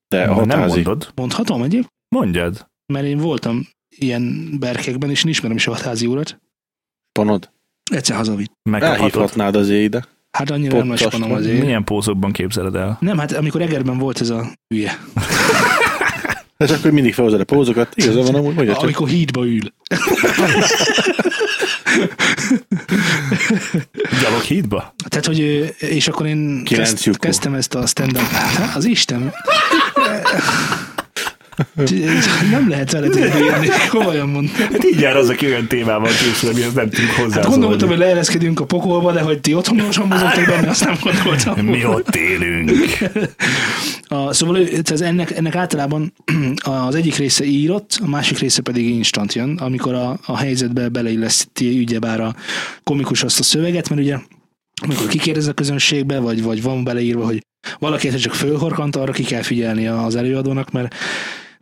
Speaker 4: De a
Speaker 3: nem
Speaker 4: hatázi,
Speaker 3: mondod.
Speaker 1: Mondhatom egyéb,
Speaker 3: Mondjad.
Speaker 1: mert én voltam ilyen berkekben, és én ismerem is a házi urat.
Speaker 4: panod,
Speaker 1: Egyszer hazavitt.
Speaker 3: Megkaphatod.
Speaker 4: elhívhatnád azért ide.
Speaker 1: Hát annyira nem
Speaker 4: Pottas
Speaker 1: lespanom
Speaker 4: vagy.
Speaker 1: azért.
Speaker 3: Milyen pózokban képzeled el?
Speaker 1: Nem, hát amikor Egerben volt ez a hülye.
Speaker 4: De csak, hogy mindig felhozod a pózokat, igazán van amúgy, hogy csak
Speaker 1: Amikor hídba ül.
Speaker 3: Gyalog hídba?
Speaker 1: Tehát, hogy ö, és akkor én
Speaker 4: Kilenc
Speaker 1: kezd,
Speaker 4: lyukú.
Speaker 1: kezdtem ezt a stand-up. Hát, az Isten. Nem lehet veled érni, komolyan mondom.
Speaker 3: Hát így jár az, aki olyan témával készül, amihez nem tudunk hozzá.
Speaker 1: Hát gondoltam, hogy leereszkedünk a pokolba, de hogy ti otthonosan mozogtok benne, azt nem gondoltam.
Speaker 3: Mi ott élünk.
Speaker 1: A, szóval ő, tehát ez ennek, ennek általában az egyik része írott, a másik része pedig instant jön, amikor a, a helyzetbe beleilleszti ügyebár a komikus azt a szöveget, mert ugye amikor kikérdez a közönségbe, vagy, vagy van beleírva, hogy valaki egyszer csak fölhorkant, arra ki kell figyelni az előadónak, mert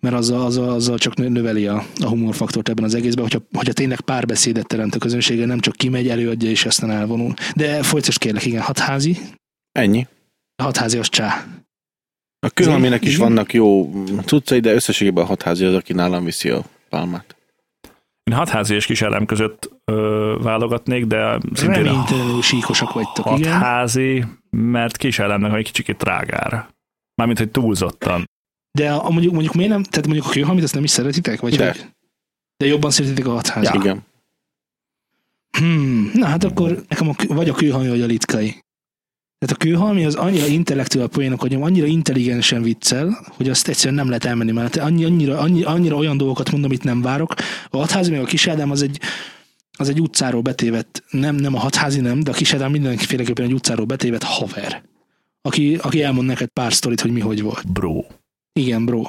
Speaker 1: mert azzal, azzal, azzal csak nö- növeli a, a humorfaktort ebben az egészben, hogyha, hogyha tényleg párbeszédet teremt a közönsége, nem csak kimegy, előadja és aztán elvonul. De folytasd kérlek, igen, hatházi,
Speaker 4: ennyi.
Speaker 1: hatházi az csá.
Speaker 4: A külhalminek is
Speaker 1: Igen.
Speaker 4: vannak jó cuccai, de összességében a hatházi az, aki nálam viszi a pálmát.
Speaker 3: Én hatházi és kis elem között ö, válogatnék, de szintén a
Speaker 1: Reménytelenül síkosak vagytok, igen.
Speaker 3: hatházi, mert kis elemnek van egy kicsikét trágár. Mármint, hogy túlzottan.
Speaker 1: De a, mondjuk, mondjuk miért nem, tehát mondjuk a kőhamit azt nem is szeretitek? Vagy
Speaker 4: De.
Speaker 1: Hogy, de jobban szeretitek a hatházat.
Speaker 4: Ja. Igen.
Speaker 1: Hmm, na hát akkor nekem a, kő- vagy a kőhalmi, vagy a litkai. Tehát a kőhalmi az annyira intellektuál poénokat nyom, annyira intelligensen viccel, hogy azt egyszerűen nem lehet elmenni mellette. Annyi, annyira, annyi, annyira olyan dolgokat mondom, amit nem várok. A hatházi meg a kisádám az egy, az egy utcáról betévet, nem, nem a hatházi nem, de a kisádám mindenféleképpen egy utcáról betévet haver. Aki, aki elmond neked pár sztorit, hogy mi hogy volt.
Speaker 3: Bro.
Speaker 1: Igen, bro.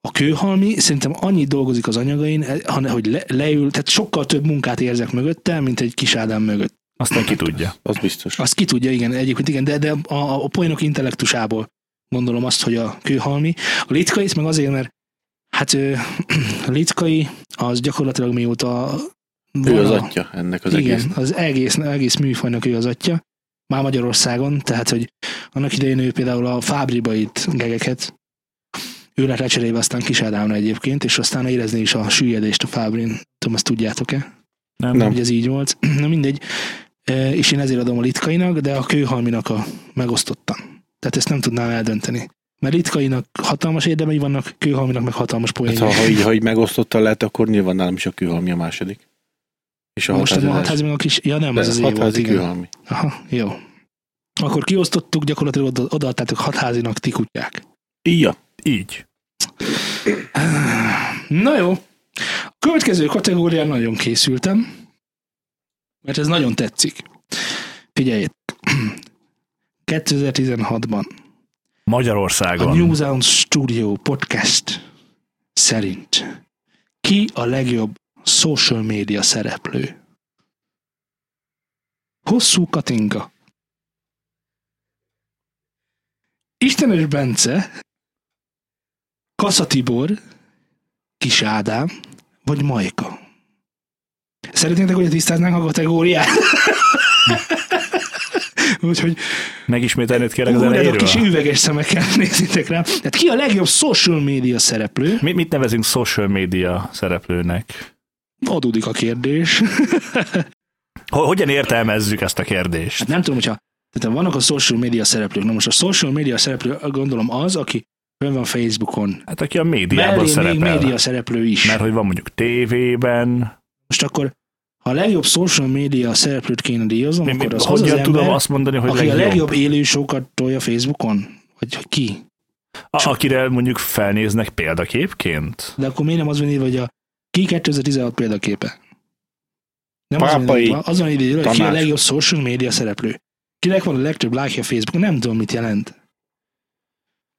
Speaker 1: A kőhalmi szerintem annyit dolgozik az anyagain, eh, hanem hogy le, leül, tehát sokkal több munkát érzek mögötte, mint egy kis Ádám mögött.
Speaker 3: Aztán ki tudja.
Speaker 4: Az biztos.
Speaker 1: Azt ki tudja, igen, egyébként igen, de, de a, a, a poénok intellektusából gondolom azt, hogy a kőhalmi. A litkai, ez meg azért, mert hát ö, a litkai az gyakorlatilag mióta
Speaker 4: Ő
Speaker 1: van
Speaker 4: az
Speaker 1: a-
Speaker 4: atya ennek az
Speaker 1: igen,
Speaker 4: egész.
Speaker 1: az egész, egész műfajnak ő az atya, már Magyarországon, tehát, hogy annak idején ő például a Fábriba itt gegeket, ő lett lecserélve aztán Kis Ádámra egyébként, és aztán érezni is a süllyedést a Fábrin. Nem Tudom, ezt tudjátok-e?
Speaker 3: Nem.
Speaker 4: Nem.
Speaker 1: Hogy ez így volt. Na mindegy. E, És én ezért adom a litkainak, de a kőhalminak a megosztottan. Tehát ezt nem tudnám eldönteni. Mert litkainak hatalmas érdemei vannak, kőhalminak meg hatalmas
Speaker 4: Hát,
Speaker 1: poénjai.
Speaker 4: ha, ha, így, ha így megosztotta lehet, akkor nyilván nálam is a kőhalmi a második. És a
Speaker 1: Most
Speaker 4: hatházi
Speaker 1: a
Speaker 4: az első.
Speaker 1: hatházi meg a kis... Ja nem,
Speaker 4: De
Speaker 1: ez az
Speaker 4: ez
Speaker 1: év volt,
Speaker 4: hatházi
Speaker 1: igen.
Speaker 4: kőhalmi.
Speaker 1: Aha, jó. Akkor kiosztottuk, gyakorlatilag oda, odaadtátok hatházinak ti kutyák.
Speaker 4: Ija.
Speaker 3: Így.
Speaker 1: Na jó. A következő kategórián nagyon készültem, mert ez nagyon tetszik. Figyeljétek. 2016-ban a
Speaker 3: Magyarországon.
Speaker 1: New Sound Studio podcast szerint ki a legjobb social media szereplő? Hosszú Katinka. Istenes Bence, Kassa Tibor, Kis Ádám, vagy Majka? Szeretnétek, hogy tisztáznánk a kategóriát? Úgyhogy
Speaker 3: Megismételnéd kérlek az
Speaker 1: Ú, de a kis
Speaker 3: elejéről.
Speaker 1: üveges szemekkel nézitek rám. Tehát ki a legjobb social média szereplő?
Speaker 3: Mit, mit nevezünk social media szereplőnek?
Speaker 1: Adódik a kérdés.
Speaker 3: Ho- Hogyan értelmezzük ezt a kérdést?
Speaker 1: Hát nem tudom, hogyha tehát vannak a social média szereplők. Na most a social média szereplő gondolom az, aki fönn van Facebookon.
Speaker 3: Hát aki a médiában
Speaker 1: Mellé még
Speaker 3: szerepel.
Speaker 1: média szereplő is.
Speaker 3: Mert hogy van mondjuk tévében.
Speaker 1: Most akkor, ha a legjobb social média szereplőt kéne díjaznom,
Speaker 3: Én,
Speaker 1: akkor az az, az
Speaker 3: hogyan
Speaker 1: ember,
Speaker 3: tudom azt mondani, hogy
Speaker 1: aki
Speaker 3: legjobb,
Speaker 1: a legjobb élő sokat tolja Facebookon? Vagy hogy ki?
Speaker 3: A- akire mondjuk felnéznek példaképként?
Speaker 1: De akkor miért nem az van írva, hogy a ki 2016 példaképe? Nem az van
Speaker 4: Pápai
Speaker 1: írva, az van írva, hogy ki a
Speaker 4: Tamás.
Speaker 1: legjobb social media szereplő. Kinek van a legtöbb lájkja Facebookon, nem tudom, mit jelent.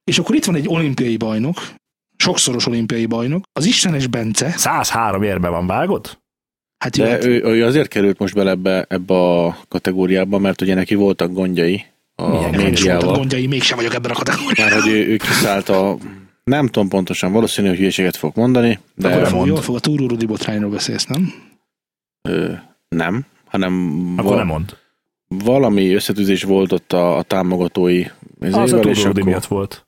Speaker 1: És akkor itt van egy olimpiai bajnok, sokszoros olimpiai bajnok, az Istenes Bence,
Speaker 3: 103 érme van vágod?
Speaker 1: hát jó,
Speaker 4: De
Speaker 1: hát
Speaker 4: ő, ő, azért került most bele ebbe, ebbe a kategóriába, mert ugye neki voltak gondjai a
Speaker 3: Milyen gondjai
Speaker 1: nekem is voltak
Speaker 4: médiával.
Speaker 1: gondjai, mégsem vagyok ebben a kategóriában.
Speaker 4: Már hogy ő, ő kiszállt a... Nem tudom pontosan, valószínű, hogy hülyeséget fog mondani, de
Speaker 1: Akkor fog,
Speaker 3: mond.
Speaker 1: jól fog, a Túró Rudi botrányról beszélsz, nem?
Speaker 4: ö, nem, hanem
Speaker 3: Akkor nem mond.
Speaker 4: valami összetűzés volt ott a, a támogatói
Speaker 3: Az a
Speaker 4: ezével, és
Speaker 3: Tudódi
Speaker 4: akkor...
Speaker 3: miatt volt.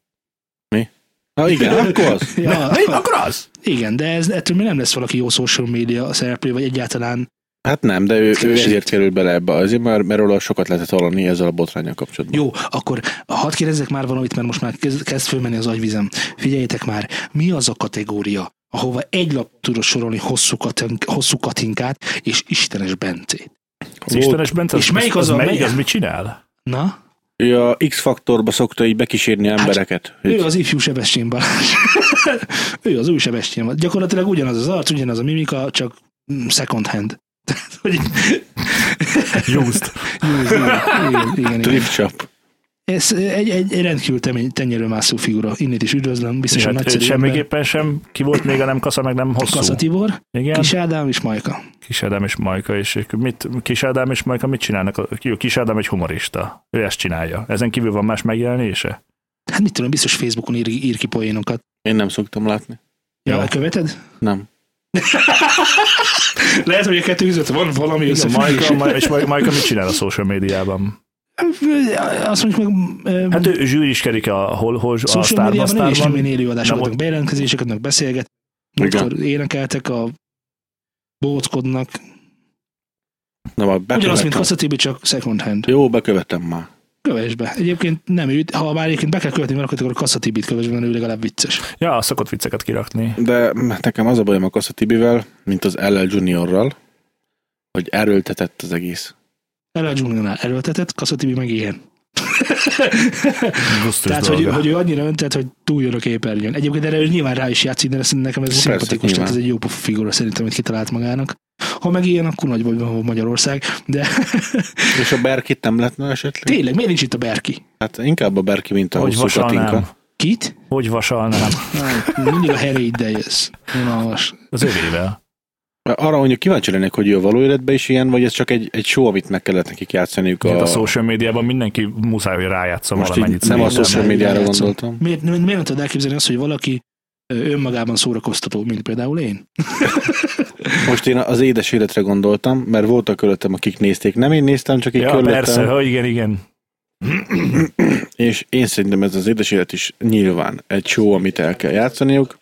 Speaker 4: Na igen, akkor az.
Speaker 1: Ja,
Speaker 3: Na, akkor az!
Speaker 1: igen, de ez, ettől még nem lesz valaki jó social media szereplő, vagy egyáltalán.
Speaker 4: Hát nem, de ő, ő
Speaker 1: Keveset.
Speaker 4: ezért került bele ebbe, azért mert, mert róla sokat lehetett hallani ezzel a botrányjal kapcsolatban.
Speaker 1: Jó, akkor hadd kérdezzek már valamit, mert most már kezd, kezd fölmenni az agyvizem. Figyeljétek már, mi az a kategória, ahova egy lap tudod sorolni hosszú, katink, hosszú katinkát és istenes bencét?
Speaker 3: Az Istenes Bence,
Speaker 1: És melyik az a-
Speaker 3: melyik,
Speaker 1: melyik-
Speaker 3: az mit csinál?
Speaker 1: Na?
Speaker 4: Ő a X-faktorba szokta így bekísérni embereket. Hát,
Speaker 1: Ő az ifjú Sebestyén Balázs. ő az új Sebestyén Balázs. Gyakorlatilag ugyanaz az arc, ugyanaz a mimika, csak mm, second hand. Tehát, hogy...
Speaker 3: Used.
Speaker 1: Jó, ez igen, igen, igen, igen.
Speaker 4: Trip Chap.
Speaker 1: Ez egy, egy, egy rendkívül temény, tenyerőmászó figura. Innét is üdvözlöm,
Speaker 3: És
Speaker 1: biztosan
Speaker 3: hát
Speaker 1: nagyszerű. ember.
Speaker 3: semmiképpen sem, ki volt még a nem kasza, meg nem hosszú.
Speaker 1: Kassa Tibor,
Speaker 3: Igen,
Speaker 1: Kis Ádám és Majka.
Speaker 3: Kis Ádám és Majka, és ők mit, Kis Ádám és Majka mit csinálnak? A- Jó, Kis Ádám egy humorista, ő ezt csinálja. Ezen kívül van más megjelenése?
Speaker 1: Hát mit tudom, biztos Facebookon ír, ír ki poénokat.
Speaker 4: Én nem szoktam látni.
Speaker 1: Ja,
Speaker 3: Jó.
Speaker 1: követed?
Speaker 4: Nem.
Speaker 1: Lehet, hogy a kettő között van valami
Speaker 3: Igen, Majka, Majka, és Majka, Majka mit csinál a social médiában?
Speaker 1: Azt mondjuk meg... em,
Speaker 3: Hát ő zsűriskedik a hol, hol a
Speaker 1: social
Speaker 3: Star
Speaker 1: médiában ő is
Speaker 3: Star-ban.
Speaker 1: nyomén élő
Speaker 3: Nem
Speaker 1: adások adnak
Speaker 3: ott-
Speaker 1: bejelentkezéseket, adnak beszélget. Múltkor énekeltek a bóckodnak.
Speaker 3: Hát
Speaker 4: Na, majd
Speaker 1: Ugyanaz, mint
Speaker 4: bekövetem.
Speaker 1: Kasszatibi, csak second hand.
Speaker 4: Jó, bekövetem már.
Speaker 1: Kövess be. Egyébként nem őt, ha már egyébként be kell követni valakit, akkor a Kasszatibit kövess be, mert ő legalább vicces.
Speaker 3: Ja, szokott vicceket kirakni.
Speaker 4: De nekem az a bajom a Kassa Tibivel, mint az LL Juniorral, hogy erőltetett az egész.
Speaker 1: Ella Juniornál erőltetett, Kasszatibi meg ilyen.
Speaker 3: Gusztus
Speaker 1: Tehát, hogy,
Speaker 3: dolga.
Speaker 1: hogy, ő annyira öntett, hogy túljön a képernyőn. Egyébként erre ő nyilván rá is játszik, de ez- nekem ez
Speaker 4: Persze,
Speaker 1: szimpatikus, tehát ez
Speaker 4: nyilván.
Speaker 1: egy jó pofa figura szerintem, amit kitalált magának. Ha meg ilyen, akkor nagy bajban van Magyarország, de
Speaker 4: És a Berkit nem lehetne esetleg?
Speaker 1: tényleg, miért nincs itt a Berki?
Speaker 4: Hát inkább a Berki, mint a
Speaker 3: Hogy
Speaker 4: hosszú
Speaker 3: vasalnám.
Speaker 4: Katinka.
Speaker 1: Kit?
Speaker 3: Hogy vasalnám.
Speaker 1: Nem, mindig a heréiddel jössz. Unalmas.
Speaker 3: Az övével.
Speaker 4: Arra mondjuk kíváncsi lennék, hogy ő a való életben is ilyen, vagy ez csak egy, egy show, amit meg kellett nekik játszaniuk.
Speaker 3: hát A... a social médiában mindenki muszáj, hogy rájátsza
Speaker 4: Most így
Speaker 3: valamennyit.
Speaker 4: nem a
Speaker 3: szerintem.
Speaker 4: social
Speaker 1: Muszáj
Speaker 4: médiára
Speaker 1: rájátszom.
Speaker 4: gondoltam.
Speaker 1: Miért, miért nem tudod elképzelni azt, hogy valaki ö, önmagában szórakoztató, mint például én?
Speaker 4: Most én az édes életre gondoltam, mert voltak körülöttem, akik nézték. Nem én néztem, csak én
Speaker 3: Ja,
Speaker 4: körülöttem.
Speaker 3: persze, ha igen, igen.
Speaker 4: És én szerintem ez az édes élet is nyilván egy show, amit el kell játszaniuk.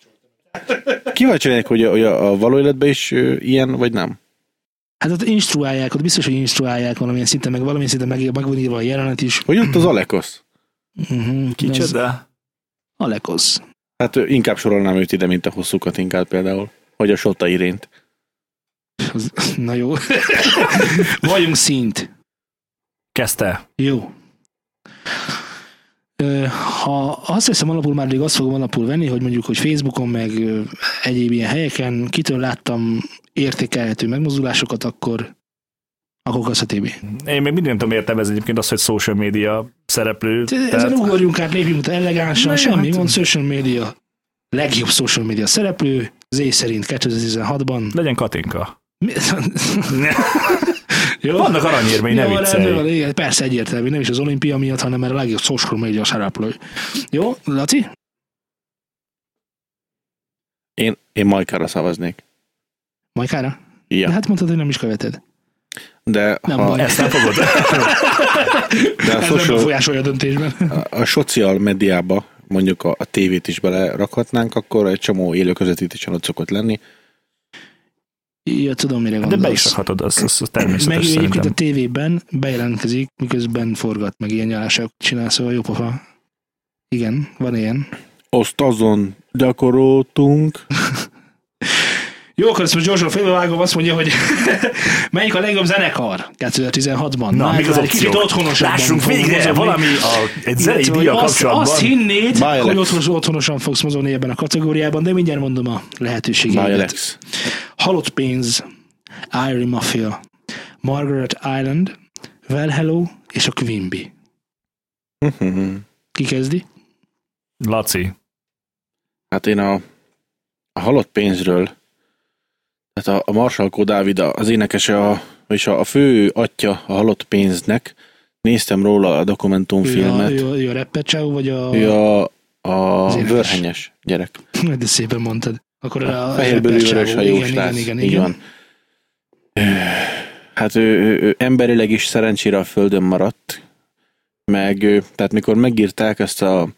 Speaker 4: Kíváncsi lennék, hogy a, hogy a, a való életben is ö, ilyen, vagy nem.
Speaker 1: Hát ott instruálják, ott biztos, hogy instruálják valamilyen szinten, meg valamilyen szinten meg, meg van írva a jelenet is.
Speaker 4: Hogy ott az Alekosz?
Speaker 1: Uh-huh,
Speaker 3: Kicsoda.
Speaker 1: Alekosz.
Speaker 4: Hát ö, inkább sorolnám őt ide, mint a hosszú katinkát például. Vagy a Sota Irént.
Speaker 1: Az- Na jó. Vajunk szint.
Speaker 3: Kezdte.
Speaker 1: Jó. Ö, Ha azt hiszem alapul, már rég azt fogom alapul venni, hogy mondjuk, hogy Facebookon, meg ö, egyéb ilyen helyeken kitől láttam értékelhető megmozdulásokat, akkor akkor Kassa TV.
Speaker 3: Én még mindig nem tudom értelmezni egyébként azt, hogy social média szereplő.
Speaker 1: Te- Ezen ugorjunk át, lépjünk át elegánsan,
Speaker 3: Na jó,
Speaker 1: semmi
Speaker 3: hát-
Speaker 1: gond, social media. Legjobb social media szereplő, Z szerint 2016-ban.
Speaker 3: Legyen Katinka.
Speaker 1: Mi- Jó?
Speaker 3: Vannak aranyérmei, ne
Speaker 1: Jó, rendben
Speaker 3: viccelj.
Speaker 1: van, igen, Persze egyértelmű, nem is az olimpia miatt, hanem mert a legjobb social media szereplő. Jó, Laci?
Speaker 4: Én, én Majkára szavaznék.
Speaker 1: Majkára? De
Speaker 4: Ja.
Speaker 1: hát mondtad, hogy nem is követed.
Speaker 4: De,
Speaker 1: Nem
Speaker 4: ha,
Speaker 1: baj.
Speaker 3: Ezt nem fogod.
Speaker 4: de a,
Speaker 1: Ez nem
Speaker 4: social,
Speaker 1: befolyásolja a döntésben.
Speaker 4: a, a social mediába mondjuk a, a tévét is belerakhatnánk, akkor egy csomó élő közvetítésen ott szokott lenni.
Speaker 1: Ja, tudom, mire
Speaker 3: De
Speaker 1: gondolsz.
Speaker 3: be is rakhatod, az, az, az természetes
Speaker 1: Meg ő egyébként
Speaker 3: szerintem.
Speaker 1: a tévében bejelentkezik, miközben forgat, meg ilyen nyalásokat csinál, szóval jó pofa. Igen, van ilyen.
Speaker 4: Azt azon gyakoroltunk.
Speaker 1: Jó, akkor ezt most gyorsan félbevágom, azt mondja, hogy melyik a legjobb zenekar 2016-ban.
Speaker 3: Na, mik az
Speaker 1: már Kicsit
Speaker 3: opciók?
Speaker 1: otthonosabban.
Speaker 3: Lássunk
Speaker 1: fogunk
Speaker 3: végre
Speaker 1: mozogni.
Speaker 3: valami a, egy zenei
Speaker 1: Illetve, hogy
Speaker 3: díja
Speaker 1: azt, azt
Speaker 3: kapcsolatban.
Speaker 1: hinnéd,
Speaker 4: Bye,
Speaker 1: hogy
Speaker 4: Alex.
Speaker 1: otthon, otthonosan fogsz mozogni ebben a kategóriában, de mindjárt mondom a
Speaker 4: Bye,
Speaker 1: lehetőségeket.
Speaker 4: Alex.
Speaker 1: Halott pénz, Irie Mafia, Margaret Island, Well Hello és a Quimby.
Speaker 4: Mhm.
Speaker 1: Ki kezdi?
Speaker 3: Laci.
Speaker 4: Hát én a, a halott pénzről, tehát a, a Marsalkó Dávid, a- az énekese, a, és a, a fő atya a halott pénznek, néztem róla a
Speaker 1: Ő a,
Speaker 4: dokumentumfilmet.
Speaker 1: ő, a, ő a rapper csávó, vagy a...
Speaker 4: Ő a, a
Speaker 1: Az énekes.
Speaker 4: vörhenyes gyerek.
Speaker 1: De szépen mondtad. Akkor a, a
Speaker 4: Fehérbőrű
Speaker 1: rapper
Speaker 4: vörös
Speaker 1: csávó.
Speaker 4: hajú
Speaker 1: igen,
Speaker 4: srác.
Speaker 1: igen, igen,
Speaker 4: Így
Speaker 1: igen.
Speaker 4: van. Hát ő, ő, ő emberileg is szerencsére a földön maradt, meg ő, tehát mikor megírták ezt a...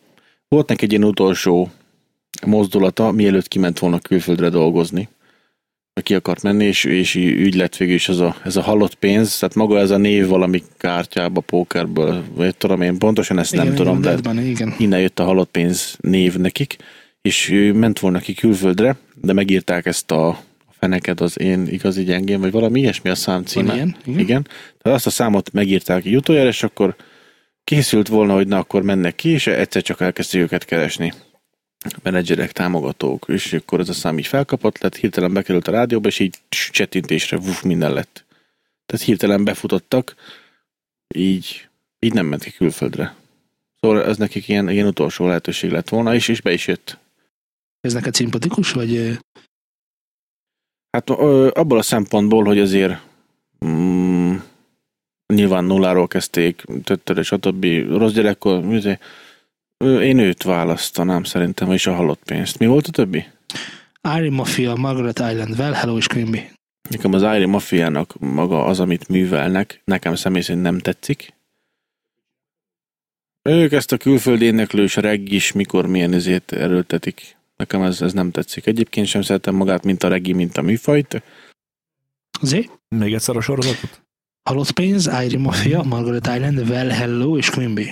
Speaker 4: Volt neki egy ilyen utolsó mozdulata, mielőtt kiment volna külföldre dolgozni, ki akart menni, és, és í- ügy lett végül is ez a, ez a halott pénz, tehát maga ez a név valami kártyába, pókerből, vagy tudom én, pontosan ezt nem
Speaker 1: igen,
Speaker 4: tudom, de
Speaker 1: igen, de... igen.
Speaker 4: innen jött a halott pénz név nekik, és ő ment volna ki külföldre, de megírták ezt a a feneked az én igazi gyengém, vagy valami ilyesmi a szám címe.
Speaker 1: Van ilyen? Igen.
Speaker 4: Igen. Tehát azt a számot megírták így utoljára, és akkor készült volna, hogy na akkor mennek ki, és egyszer csak elkezdték őket keresni. Menedzserek, támogatók, és akkor ez a szám így felkapott lett, hirtelen bekerült a rádióba, és így tss, csettintésre vuf, minden lett. Tehát hirtelen befutottak, így, így nem ment ki külföldre. Szóval ez nekik ilyen, ilyen utolsó lehetőség lett volna, és, és be is jött.
Speaker 1: Ez neked szimpatikus, vagy ö,
Speaker 4: Hát ö, abból a szempontból, hogy azért mm, nyilván nulláról kezdték, töttör és a többi rossz gyerekkor, műzé, Ö, én őt választanám szerintem, és a halott pénzt. Mi volt a többi?
Speaker 1: Iron Mafia, Margaret Island, Well, Hello és Quimby.
Speaker 4: Nekem az Iron Mafiának maga az, amit művelnek, nekem személy szerint nem tetszik. Ők ezt a külföldi éneklős reggis, mikor milyen ezért erőltetik. Nekem ez, ez nem tetszik. Egyébként sem szeretem magát, mint a reggi, mint a műfajt.
Speaker 1: Zé,
Speaker 3: Még egyszer a sorozatot?
Speaker 1: Halott pénz, Iron Mafia, Margaret Island, Well, Hello és Quimby.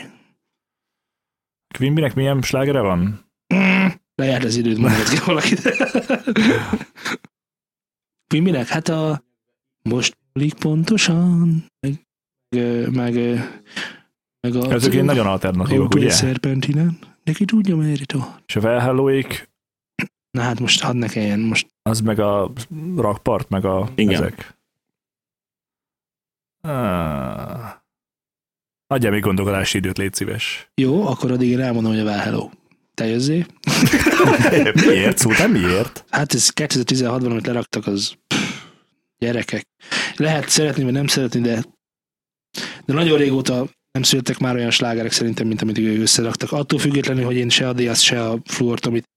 Speaker 3: Quimbynek milyen slágere van?
Speaker 1: Mm, Lejárt az időd, mondod ki valakit. Mi minek? Hát a most múlik pontosan, meg, meg, meg, meg a...
Speaker 3: Ezek ilyen nagyon alternatívak,
Speaker 1: Autói
Speaker 3: ugye?
Speaker 1: szerpentinen. Neki tudja, merre tart.
Speaker 3: És a Well Helloék,
Speaker 1: Na hát most hadd ne kelljen, most
Speaker 3: az meg a rakpart, meg a
Speaker 4: Igen.
Speaker 3: ezek. Ah. Adjál még gondolkodási időt, légy szíves.
Speaker 1: jó, akkor addig én elmondom, hogy a Well Hello. Te jözzé?
Speaker 3: miért? Szóval miért?
Speaker 1: Hát ez 2016-ban, amit leraktak, az pff, gyerekek. Lehet szeretni, vagy nem szeretni, de, de nagyon régóta nem születtek már olyan slágerek szerintem, mint amit ő összeraktak. Attól függetlenül, hogy én se a Diaz, se a Fluort, amit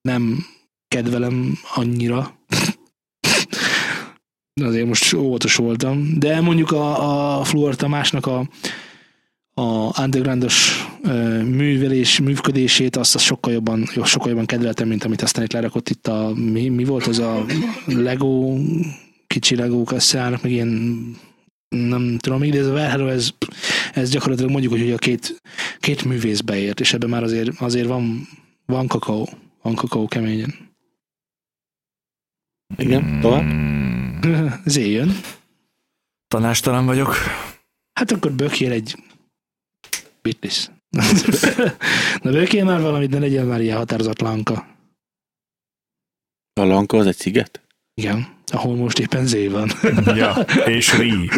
Speaker 1: nem kedvelem annyira. Azért most óvatos voltam. De mondjuk a, a Fluor Tamásnak a, a undergroundos ö, művelés, művködését, azt, azt sokkal, jobban, jó, sokkal jobban kedveltem, mint amit aztán itt lerakott itt a, mi, mi volt az a Lego, kicsi Legók összeállnak, meg ilyen nem tudom még, de ez a Well Hello, ez, ez gyakorlatilag mondjuk, úgy, hogy a két, két művész beért, és ebben már azért, azért van, van kakaó, van kakaó keményen.
Speaker 3: Hmm.
Speaker 4: Igen, tovább.
Speaker 3: Mm,
Speaker 1: Zé jön.
Speaker 3: tanástalan vagyok.
Speaker 1: Hát akkor bökjél egy Beatles. Na bökjél már valamit, ne legyél már ilyen határozatlanka.
Speaker 4: A Lanka az egy sziget?
Speaker 1: Igen, ahol most éppen Zé van.
Speaker 3: Ja, és Ri.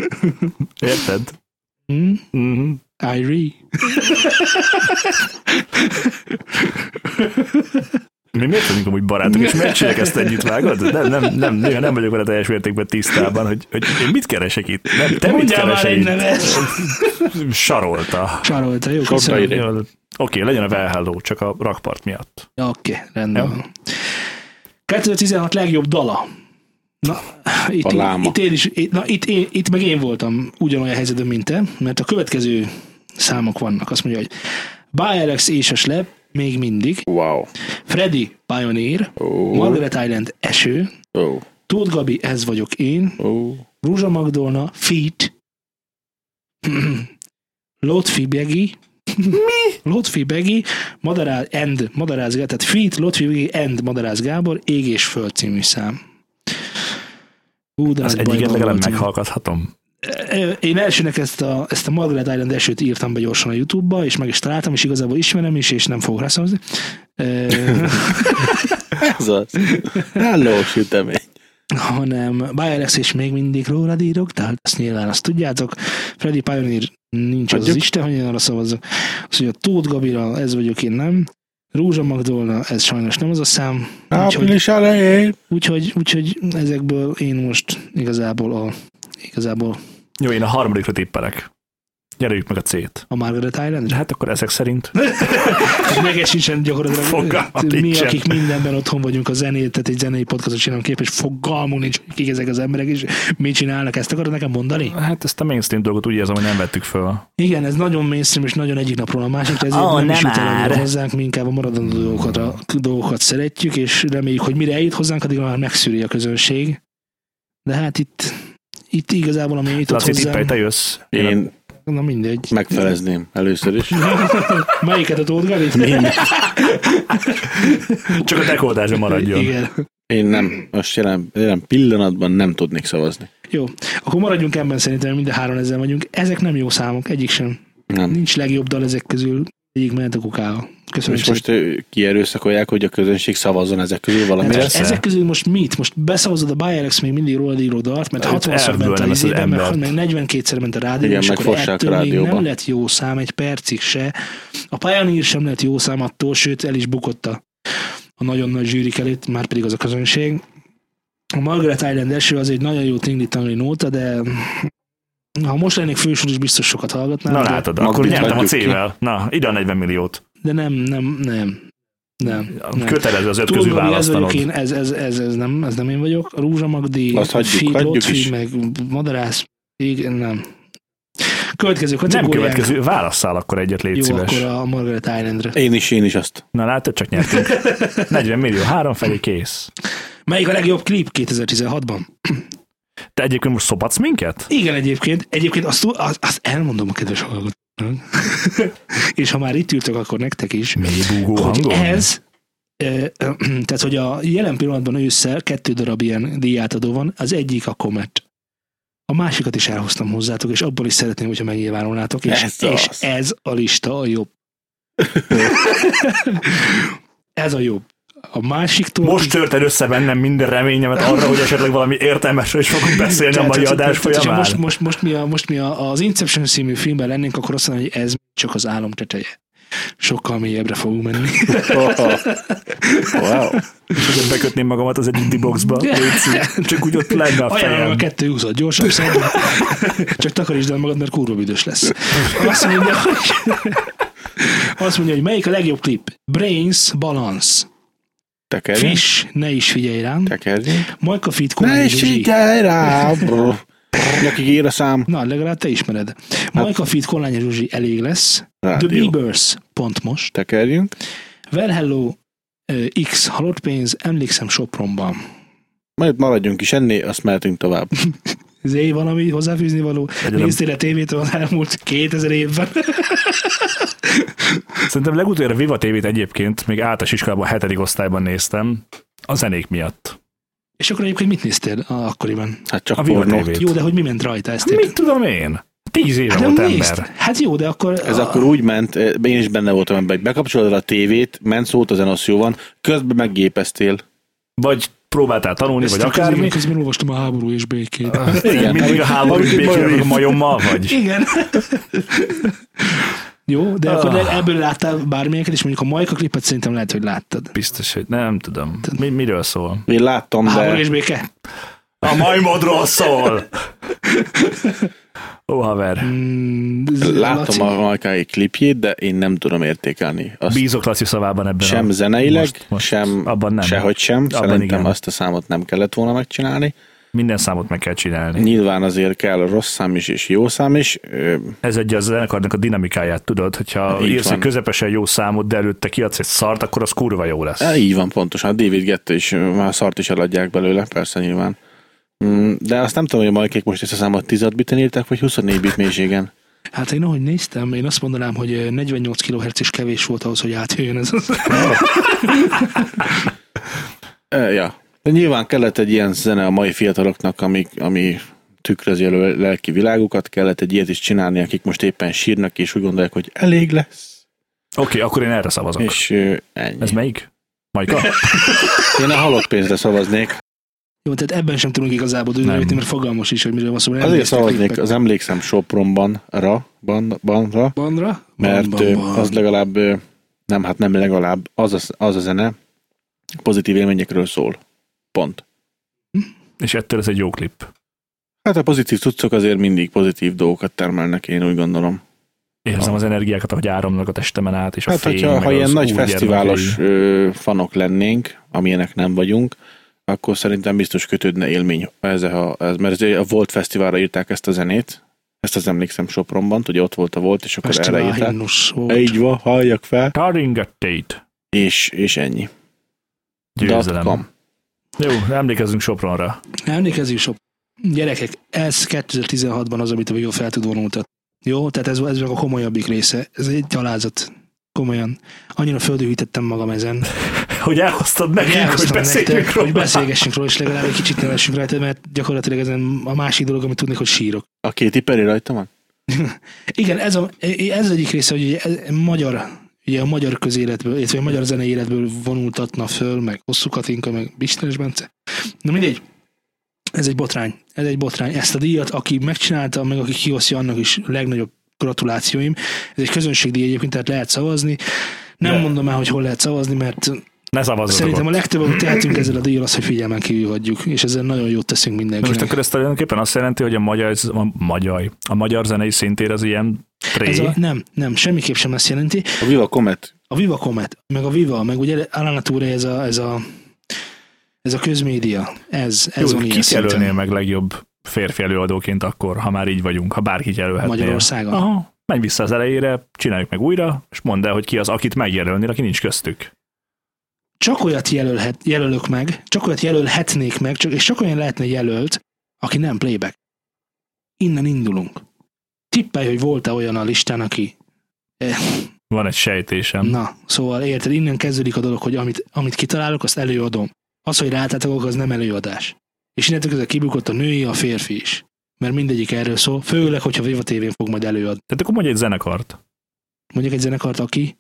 Speaker 3: Érted?
Speaker 1: Hm?
Speaker 4: Mhm.
Speaker 3: Mm-hmm.
Speaker 1: Irie.
Speaker 3: Mi miért vagyunk amúgy barátok, és miért csinálják ezt együtt vágod? Nem, nem, nem, néha nem vagyok vele teljes mértékben tisztában, hogy, hogy én mit keresek itt? Nem, te mit
Speaker 1: Mondjál már
Speaker 3: keresek
Speaker 1: egy
Speaker 3: itt?
Speaker 1: nevet!
Speaker 3: Sarolta.
Speaker 1: Csárolta, jó, köszönöm.
Speaker 4: Sorbaid.
Speaker 1: Oké,
Speaker 4: Ide.
Speaker 3: Jól. Oké, legyen a Well Hello, csak a rakpart miatt.
Speaker 1: okay, rendben
Speaker 3: Jó.
Speaker 1: van. 2016 legjobb dala. Na, itt,
Speaker 4: A láma.
Speaker 1: itt, én is, itt, na, itt, én, itt meg én voltam ugyanolyan helyzetben, mint te, mert a következő számok vannak. Azt mondja, hogy Bájelex és a Slab még mindig,
Speaker 4: Wow.
Speaker 1: Freddy Pioneer,
Speaker 4: Ó,
Speaker 1: Margaret Island Eső,
Speaker 4: ó,
Speaker 1: Tóth Gabi Ez vagyok én,
Speaker 4: ó.
Speaker 1: Rúzsa Magdolna, Feet, Lotfi Begi, Mi? Lotfi Begi, Madaráz, End, Madaráz Gábor, tehát Feet, Lotfi Begi, End, Madaráz Gábor, Ég és Föld című szám. Hú, de
Speaker 3: Az
Speaker 1: nagy bajban
Speaker 3: egyiket legalább
Speaker 1: voltam.
Speaker 3: meghallgathatom.
Speaker 1: Ö, Én elsőnek ezt a, ezt a Margaret Island esőt írtam be gyorsan a Youtube-ba, és meg is találtam, és igazából ismerem is, és nem fogok rászavazni. Ö,
Speaker 4: Ez az. Hello, sütemény.
Speaker 1: hanem Bialex és még mindig rólad írok, tehát azt nyilván azt tudjátok. Freddy Pioneer nincs az, az
Speaker 4: Adjuk.
Speaker 1: Isten, hogy én arra szavazzak. Azt mondja, Tóth Gabira, ez vagyok én nem. Rúzsa Magdolna, ez sajnos nem az a szám. Úgyhogy,
Speaker 4: Április elején.
Speaker 1: úgyhogy, úgyhogy ezekből én most igazából a igazából
Speaker 3: Jó, én a harmadikra tippelek. Gyerejük meg a C-t.
Speaker 1: A Margaret Island?
Speaker 3: De hát akkor ezek szerint
Speaker 1: Meg sincsen gyakorlatilag.
Speaker 3: Fogalmam
Speaker 1: Mi,
Speaker 3: nincsen.
Speaker 1: akik mindenben otthon vagyunk a zenét, tehát egy zenei podcastot csinálunk kép, és fogalmunk nincs, kik ezek az emberek, és mit csinálnak, ezt akarod nekem mondani?
Speaker 3: Hát ezt a mainstream dolgot úgy érzem, hogy nem vettük föl.
Speaker 1: Igen, ez nagyon mainstream, és nagyon egyik napról a másikra, ezért
Speaker 3: Ó,
Speaker 1: oh, nem,
Speaker 3: nem
Speaker 1: is jut el
Speaker 3: már.
Speaker 1: annyira hozzánk, mi inkább a maradandó dolgokat, a, dolgokat szeretjük, és reméljük, hogy mire eljut hozzánk, addig már megszűri a közönség. De hát itt, itt igazából, ami jutott
Speaker 3: Laci, tippelj,
Speaker 1: hozzám,
Speaker 3: te jössz.
Speaker 4: Én
Speaker 1: na mindegy.
Speaker 4: megfelezném először is.
Speaker 1: Melyiket a Tóth Galit?
Speaker 3: Csak a dekódásra maradjon.
Speaker 1: Igen.
Speaker 4: Én nem, most jelen, jelen pillanatban nem tudnék szavazni.
Speaker 1: Jó, akkor maradjunk ebben szerintem, mind a három ezzel vagyunk. Ezek nem jó számok, egyik sem.
Speaker 4: Nem.
Speaker 1: Nincs legjobb dal ezek közül, egyik ment a kukába. Köszönöm
Speaker 4: És
Speaker 1: szépen.
Speaker 4: most ö, kierőszakolják, hogy a közönség szavazzon ezek közül
Speaker 1: Hát
Speaker 4: valamire.
Speaker 1: most ezek közül most mit? Most beszavazod a Bayerex még mindig rólad író dalt, mert
Speaker 3: Hát
Speaker 1: 60-szor
Speaker 3: elből
Speaker 1: ment a
Speaker 3: nem ezt az
Speaker 1: izében, meg,
Speaker 3: embert.
Speaker 1: meg 42-szer ment a rádió,
Speaker 4: Igen,
Speaker 1: és
Speaker 4: meg
Speaker 1: akkor
Speaker 4: fossák
Speaker 1: ettől
Speaker 4: a
Speaker 1: még
Speaker 4: rádióba.
Speaker 1: nem lett jó szám egy percig se. A Pioneer sem lett jó szám attól, sőt el is bukott a, a nagyon nagy zsűrik előtt, már pedig az a közönség. A Margaret Island eső az egy nagyon jó tingli tanulni nóta, de ha most lennék fősor is biztos sokat hallgatnám,
Speaker 3: Na
Speaker 1: de,
Speaker 3: látod,
Speaker 4: Magdit
Speaker 3: akkor nyertem a
Speaker 4: hagyjuk ki.
Speaker 3: C-vel. Na, ide a 40 milliót.
Speaker 1: de nem, nem, nem. Nem, nem.
Speaker 3: Kötelező az öt
Speaker 1: Tudom,
Speaker 3: közül
Speaker 1: Gabi, ez vagyok
Speaker 3: választanod.
Speaker 1: én, ez, ez, ez, ez, nem, ez nem én vagyok. A Rúzsa Magdi,
Speaker 4: Azt hagyjuk,
Speaker 1: Fi,
Speaker 4: hagyjuk
Speaker 1: Lotfi,
Speaker 4: is.
Speaker 1: meg Madarász, igen, nem. Következő
Speaker 3: Nem
Speaker 1: kategóriánk.
Speaker 3: következő, válasszál akkor egyet, légy
Speaker 1: Jó,
Speaker 3: szíves.
Speaker 1: akkor a Margaret Islandre.
Speaker 4: Én is, én is azt.
Speaker 3: Na látod, csak nyertünk. 40 millió, három felé kész.
Speaker 1: Melyik a legjobb klip 2016-ban?
Speaker 3: Te egyébként most szopatsz minket?
Speaker 1: Igen, egyébként. Egyébként azt, tú- azt, azt elmondom a kedves hallgatóknak. És ha már itt ültök, akkor nektek is.
Speaker 3: Mély búgó
Speaker 1: hogy
Speaker 3: hangon?
Speaker 1: ez, ö, ö, tehát hogy a jelen pillanatban ősszel kettő darab ilyen díjátadó van, az egyik a Comet. A másikat is elhoztam hozzátok, és abból is szeretném, hogyha megnyilvánulnátok, és
Speaker 4: Ez
Speaker 1: ez, és
Speaker 4: az.
Speaker 1: ez a lista a jobb. ez a jobb. A másiktól...
Speaker 3: Most törted össze bennem minden reményemet arra, hogy esetleg valami értelmesről is fogunk beszélni a
Speaker 1: Tehát,
Speaker 3: mai
Speaker 1: hogyha-
Speaker 3: adás
Speaker 1: tehát, hogyha
Speaker 3: folyamán.
Speaker 1: Most, most, most, mi, a, most mi a, az Inception című filmben lennénk, akkor azt mondanám, hogy ez csak az álom teteje. Sokkal mélyebbre fogunk menni.
Speaker 4: Wow.
Speaker 3: Hogy bekötném magamat az egyik D-boxba. légy szíves. Csak úgy ott lenne a
Speaker 1: Ajánlom
Speaker 3: fejem.
Speaker 1: a kettő húzat, gyorsabb szerintem. Csak takarítsd el magad, mert kurva büdös lesz. Azt mondja, hogy, azt mondja, hogy melyik a legjobb klip? Brains, Balance.
Speaker 4: Tekerjen.
Speaker 1: Fish, ne is figyelj rám.
Speaker 4: Tekerjen.
Speaker 1: Majka Fit,
Speaker 4: Ne
Speaker 1: Komány
Speaker 4: is
Speaker 1: Zsuzsi.
Speaker 4: figyelj rá! bro. Nyakig ér a szám.
Speaker 1: Na, legalább te ismered. Majka Fit, Kolány Zsuzsi elég lesz. The
Speaker 4: Hát- Rádió.
Speaker 1: Beavers, pont most.
Speaker 4: Tekerjünk.
Speaker 1: Well Hello, ö, X, halott pénz, emlékszem Sopronban.
Speaker 4: Majd maradjunk is ennél, azt mehetünk tovább.
Speaker 1: Zé, valami hozzáfűzni való?
Speaker 3: Egyelem.
Speaker 1: Néztél a tévét az elmúlt 2000 évben?
Speaker 3: Szerintem legutoljára Viva TV-t egyébként még általános iskolában a hetedik osztályban néztem. A zenék miatt.
Speaker 1: És akkor egyébként mit néztél a- akkoriban?
Speaker 4: Hát csak
Speaker 3: A Viva
Speaker 4: pornó.
Speaker 3: TV-t.
Speaker 1: Jó, de hogy mi ment rajta ezt?
Speaker 4: Hát
Speaker 1: Hát
Speaker 3: Mit tudom én? Tíz éve
Speaker 1: de
Speaker 3: volt
Speaker 1: nézd!
Speaker 3: ember.
Speaker 1: Hát jó, de akkor...
Speaker 3: Ah.
Speaker 4: Ez akkor úgy ment, eh, én is benne voltam ebben, hogy bekapcsolod a tévét, ment szólt az van, közben meggépeztél.
Speaker 3: Vagy próbáltál tanulni,
Speaker 1: Ezt
Speaker 3: vagy
Speaker 1: közben-
Speaker 3: akármi.
Speaker 1: Közben olvastam a háború és békét.
Speaker 4: Ah.
Speaker 3: Igen, mindig a háború
Speaker 4: Amit
Speaker 3: békében
Speaker 4: majd-
Speaker 3: a majommal vagy.
Speaker 1: Igen. jó, de akkor
Speaker 3: Ah.
Speaker 1: de ebből láttál bármilyenket, és mondjuk a Majka klipet szerintem lehet, hogy láttad.
Speaker 3: Biztos, hogy nem tudom. Mi, miről szól?
Speaker 4: Én láttam,
Speaker 1: A háború
Speaker 4: de
Speaker 1: és béke?
Speaker 3: A majmodról szól! Ó, haver.
Speaker 1: Mm, ez- Laci-
Speaker 4: láttam a Majkai klipjét, de én nem tudom értékelni. Azt
Speaker 3: Bízok Laci szavában ebben.
Speaker 4: sem
Speaker 3: a...
Speaker 4: zeneileg,
Speaker 3: most- most
Speaker 4: sem
Speaker 3: abban nem.
Speaker 4: sehogy sem.
Speaker 3: Abban
Speaker 4: Szerintem
Speaker 3: igen.
Speaker 4: azt a számot nem kellett volna megcsinálni.
Speaker 3: Minden számot meg kell csinálni.
Speaker 4: Nyilván azért kell rossz szám is és jó szám is. Ö,
Speaker 3: Ez egy az zenekarnak a dinamikáját, tudod? Hogyha
Speaker 4: Így
Speaker 3: írsz
Speaker 4: van.
Speaker 3: egy közepesen jó számot, de előtte kiadsz egy szart, akkor az kurva jó lesz.
Speaker 4: Hát így van pontosan, a David Gette is, ö, már szart is eladják belőle, persze nyilván. Mm, De azt nem tudom, hogy a majkék most ezt a számot 16 biten írták, vagy 24 bit mélységen.
Speaker 1: Hát én ahogy néztem, én azt mondanám, hogy ö, 48 kHz is kevés volt ahhoz, hogy átjöjjön ez az.
Speaker 4: E, ja. De nyilván kellett egy ilyen zene a mai fiataloknak, ami, ami tükrözi a lö- lelki világukat, kellett egy ilyet is csinálni, akik most éppen sírnak, és úgy gondolják, hogy elég lesz.
Speaker 3: Oké, akkor én erre szavazok.
Speaker 4: És ö, ennyi.
Speaker 3: Ez melyik? Majka?
Speaker 4: Én a halott pénzre szavaznék.
Speaker 1: Jó, tehát ebben sem tudunk igazából dönni, mert fogalmas is, hogy miről van szó. mert nem
Speaker 4: Azért
Speaker 1: néztük
Speaker 4: szavaznék,
Speaker 1: klipet.
Speaker 4: az emlékszem Sopronban, ra, ban, banra,
Speaker 1: Bandra?
Speaker 4: mert
Speaker 1: Ban, ban,
Speaker 4: ö,
Speaker 1: ban.
Speaker 4: az legalább, ö, nem, hát nem legalább, az a, az a zene pozitív élményekről szól. Pont.
Speaker 3: És ettől ez egy jó klip.
Speaker 4: Hát a pozitív cuccok azért mindig pozitív dolgokat termelnek, én úgy gondolom.
Speaker 3: érzem az energiákat, ahogy áramlanak a testemen át, és a
Speaker 4: Hát,
Speaker 3: fény,
Speaker 4: hogyha
Speaker 3: meg
Speaker 4: ha ilyen
Speaker 3: az
Speaker 4: nagy
Speaker 3: úr
Speaker 4: fesztiválos
Speaker 3: gyermekei.
Speaker 4: ö, fanok lennénk, amilyenek nem vagyunk, akkor szerintem biztos kötődne élmény. Ez a, ez, mert ez a Volt Fesztiválra írták ezt a zenét, ezt az emlékszem Sopronban, ugye ott volt a Volt, és akkor erre
Speaker 1: Fesztivál
Speaker 4: írták.
Speaker 1: himnusz
Speaker 4: E,
Speaker 1: volt.
Speaker 4: Így van, halljak fel,
Speaker 3: Taringatét.
Speaker 4: és, és ennyi.
Speaker 3: Győzelem.
Speaker 4: Dotcom.
Speaker 3: Jó, emlékezzünk Sopronra.
Speaker 1: Emlékezzünk sok. Gyerekek, ez 2016-ban az, amit a Vigo fel tud vonultat. Jó, tehát ez, ez meg a komolyabbik része. Ez egy gyalázat. Komolyan. Annyira földühítettem magam ezen.
Speaker 3: Hogy elhoztad nekünk, hogy
Speaker 1: Elhoztam
Speaker 3: beszéljünk
Speaker 1: nektek,
Speaker 3: róla.
Speaker 1: Hogy beszélgessünk róla, és legalább egy kicsit nevessünk rajta, mert gyakorlatilag ezen a másik dolog, amit tudnék, hogy sírok.
Speaker 4: A két iperi rajta van?
Speaker 1: Igen, ez, a, ez az egyik része, hogy ugye ez- magyar, ugye a magyar közéletből, illetve a magyar zenei életből vonultatna föl, meg Hosszú Katinka, meg Bisteres Bence. Na mindegy, ez egy botrány, ez egy botrány. Ezt a díjat, aki megcsinálta, meg aki kiosztja, annak is legnagyobb gratulációim. Ez egy közönségdíj egyébként, tehát lehet szavazni. Nem
Speaker 3: De-
Speaker 1: mondom el, hogy hol lehet szavazni, mert
Speaker 3: Ne szavazzatok
Speaker 1: Szerintem
Speaker 3: ott.
Speaker 1: a legtöbb, amit tehetünk ezzel a díjjal, az, hogy figyelmen kívül hagyjuk, és ezzel nagyon jót teszünk
Speaker 3: De
Speaker 1: mindenkinek.
Speaker 3: most akkor ez tulajdonképpen azt jelenti, hogy a magyar, a magyar, a magyar zenei szintér az ilyen tré.
Speaker 1: ez a, nem, nem, semmiképp sem ezt jelenti.
Speaker 4: A Viva Comet.
Speaker 1: A Viva Comet, meg a Viva, meg ugye Alana Touré, ez a, ez a, ez a közmédia, ez, ez
Speaker 3: Jó,
Speaker 1: van ilyen
Speaker 3: kit
Speaker 1: szinten
Speaker 3: jelölnél meg legjobb férfi előadóként akkor, ha már így vagyunk, ha bárkit jelölhetnél?
Speaker 1: Magyarországon.
Speaker 3: Aha, menj vissza az elejére, csináljuk meg újra, és mondd el, hogy ki az, akit megjelölnél, aki nincs köztük.
Speaker 1: Csak olyat jelölhet, jelölök meg, csak olyat jelölhetnék meg, csak, és csak olyan lehetne jelölt, aki nem playback. Innen indulunk. Tippelj, hogy volt-e olyan a listán, aki eh,
Speaker 3: Van egy sejtésem.
Speaker 1: Na, szóval érted, innen kezdődik a dolog, hogy amit, amit kitalálok, azt előadom. Az, hogy rátátok, az nem előadás. És innentől kezdve kibukott a női, a férfi is. Mert mindegyik erről szól, főleg, hogyha Viva tévén fog majd előadni.
Speaker 3: Tehát akkor mondj egy zenekart.
Speaker 1: Mondjuk egy zenekart, aki,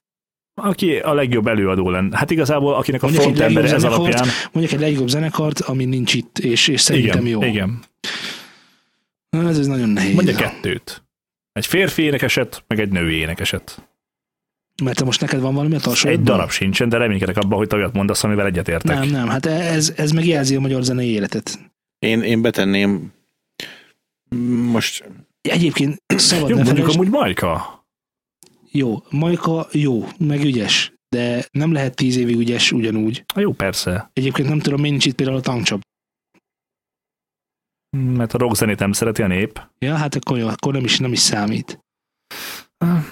Speaker 3: Aki a legjobb előadó lenne. Hát igazából, akinek a
Speaker 1: Mondjuk egy
Speaker 3: frontember ez
Speaker 1: legjobb zenekart,
Speaker 3: alapján.
Speaker 1: mondjuk egy legjobb zenekart, ami nincs itt, és, és szerintem
Speaker 3: Igen,
Speaker 1: jó.
Speaker 3: igen.
Speaker 1: Na, ez, ez nagyon nehéz.
Speaker 3: Mondj kettőt. Egy férfi énekeset, meg egy női énekeset.
Speaker 1: Mert te most neked van valami a
Speaker 3: Egy
Speaker 1: tarsolatban?
Speaker 3: darab sincsen, de reménykedek abban, hogy te olyat mondasz, amivel egyetértek.
Speaker 1: Nem, nem, hát ez, ez meg jelzi a magyar zenei életet.
Speaker 4: Én, én betenném most
Speaker 1: Egyébként szabad
Speaker 3: Jó,
Speaker 1: ne
Speaker 3: mondjuk
Speaker 1: felejtsd-
Speaker 3: amúgy Majka.
Speaker 1: Jó, Majka jó, meg ügyes, de nem lehet tíz évig ügyes ugyanúgy.
Speaker 3: Hát Jó, persze.
Speaker 1: Egyébként nem tudom, miért nincs itt például a tankcsap.
Speaker 3: Mert a rockzenét nem szereti a nép.
Speaker 1: Ja, hát akkor jó, akkor nem is, nem is számít.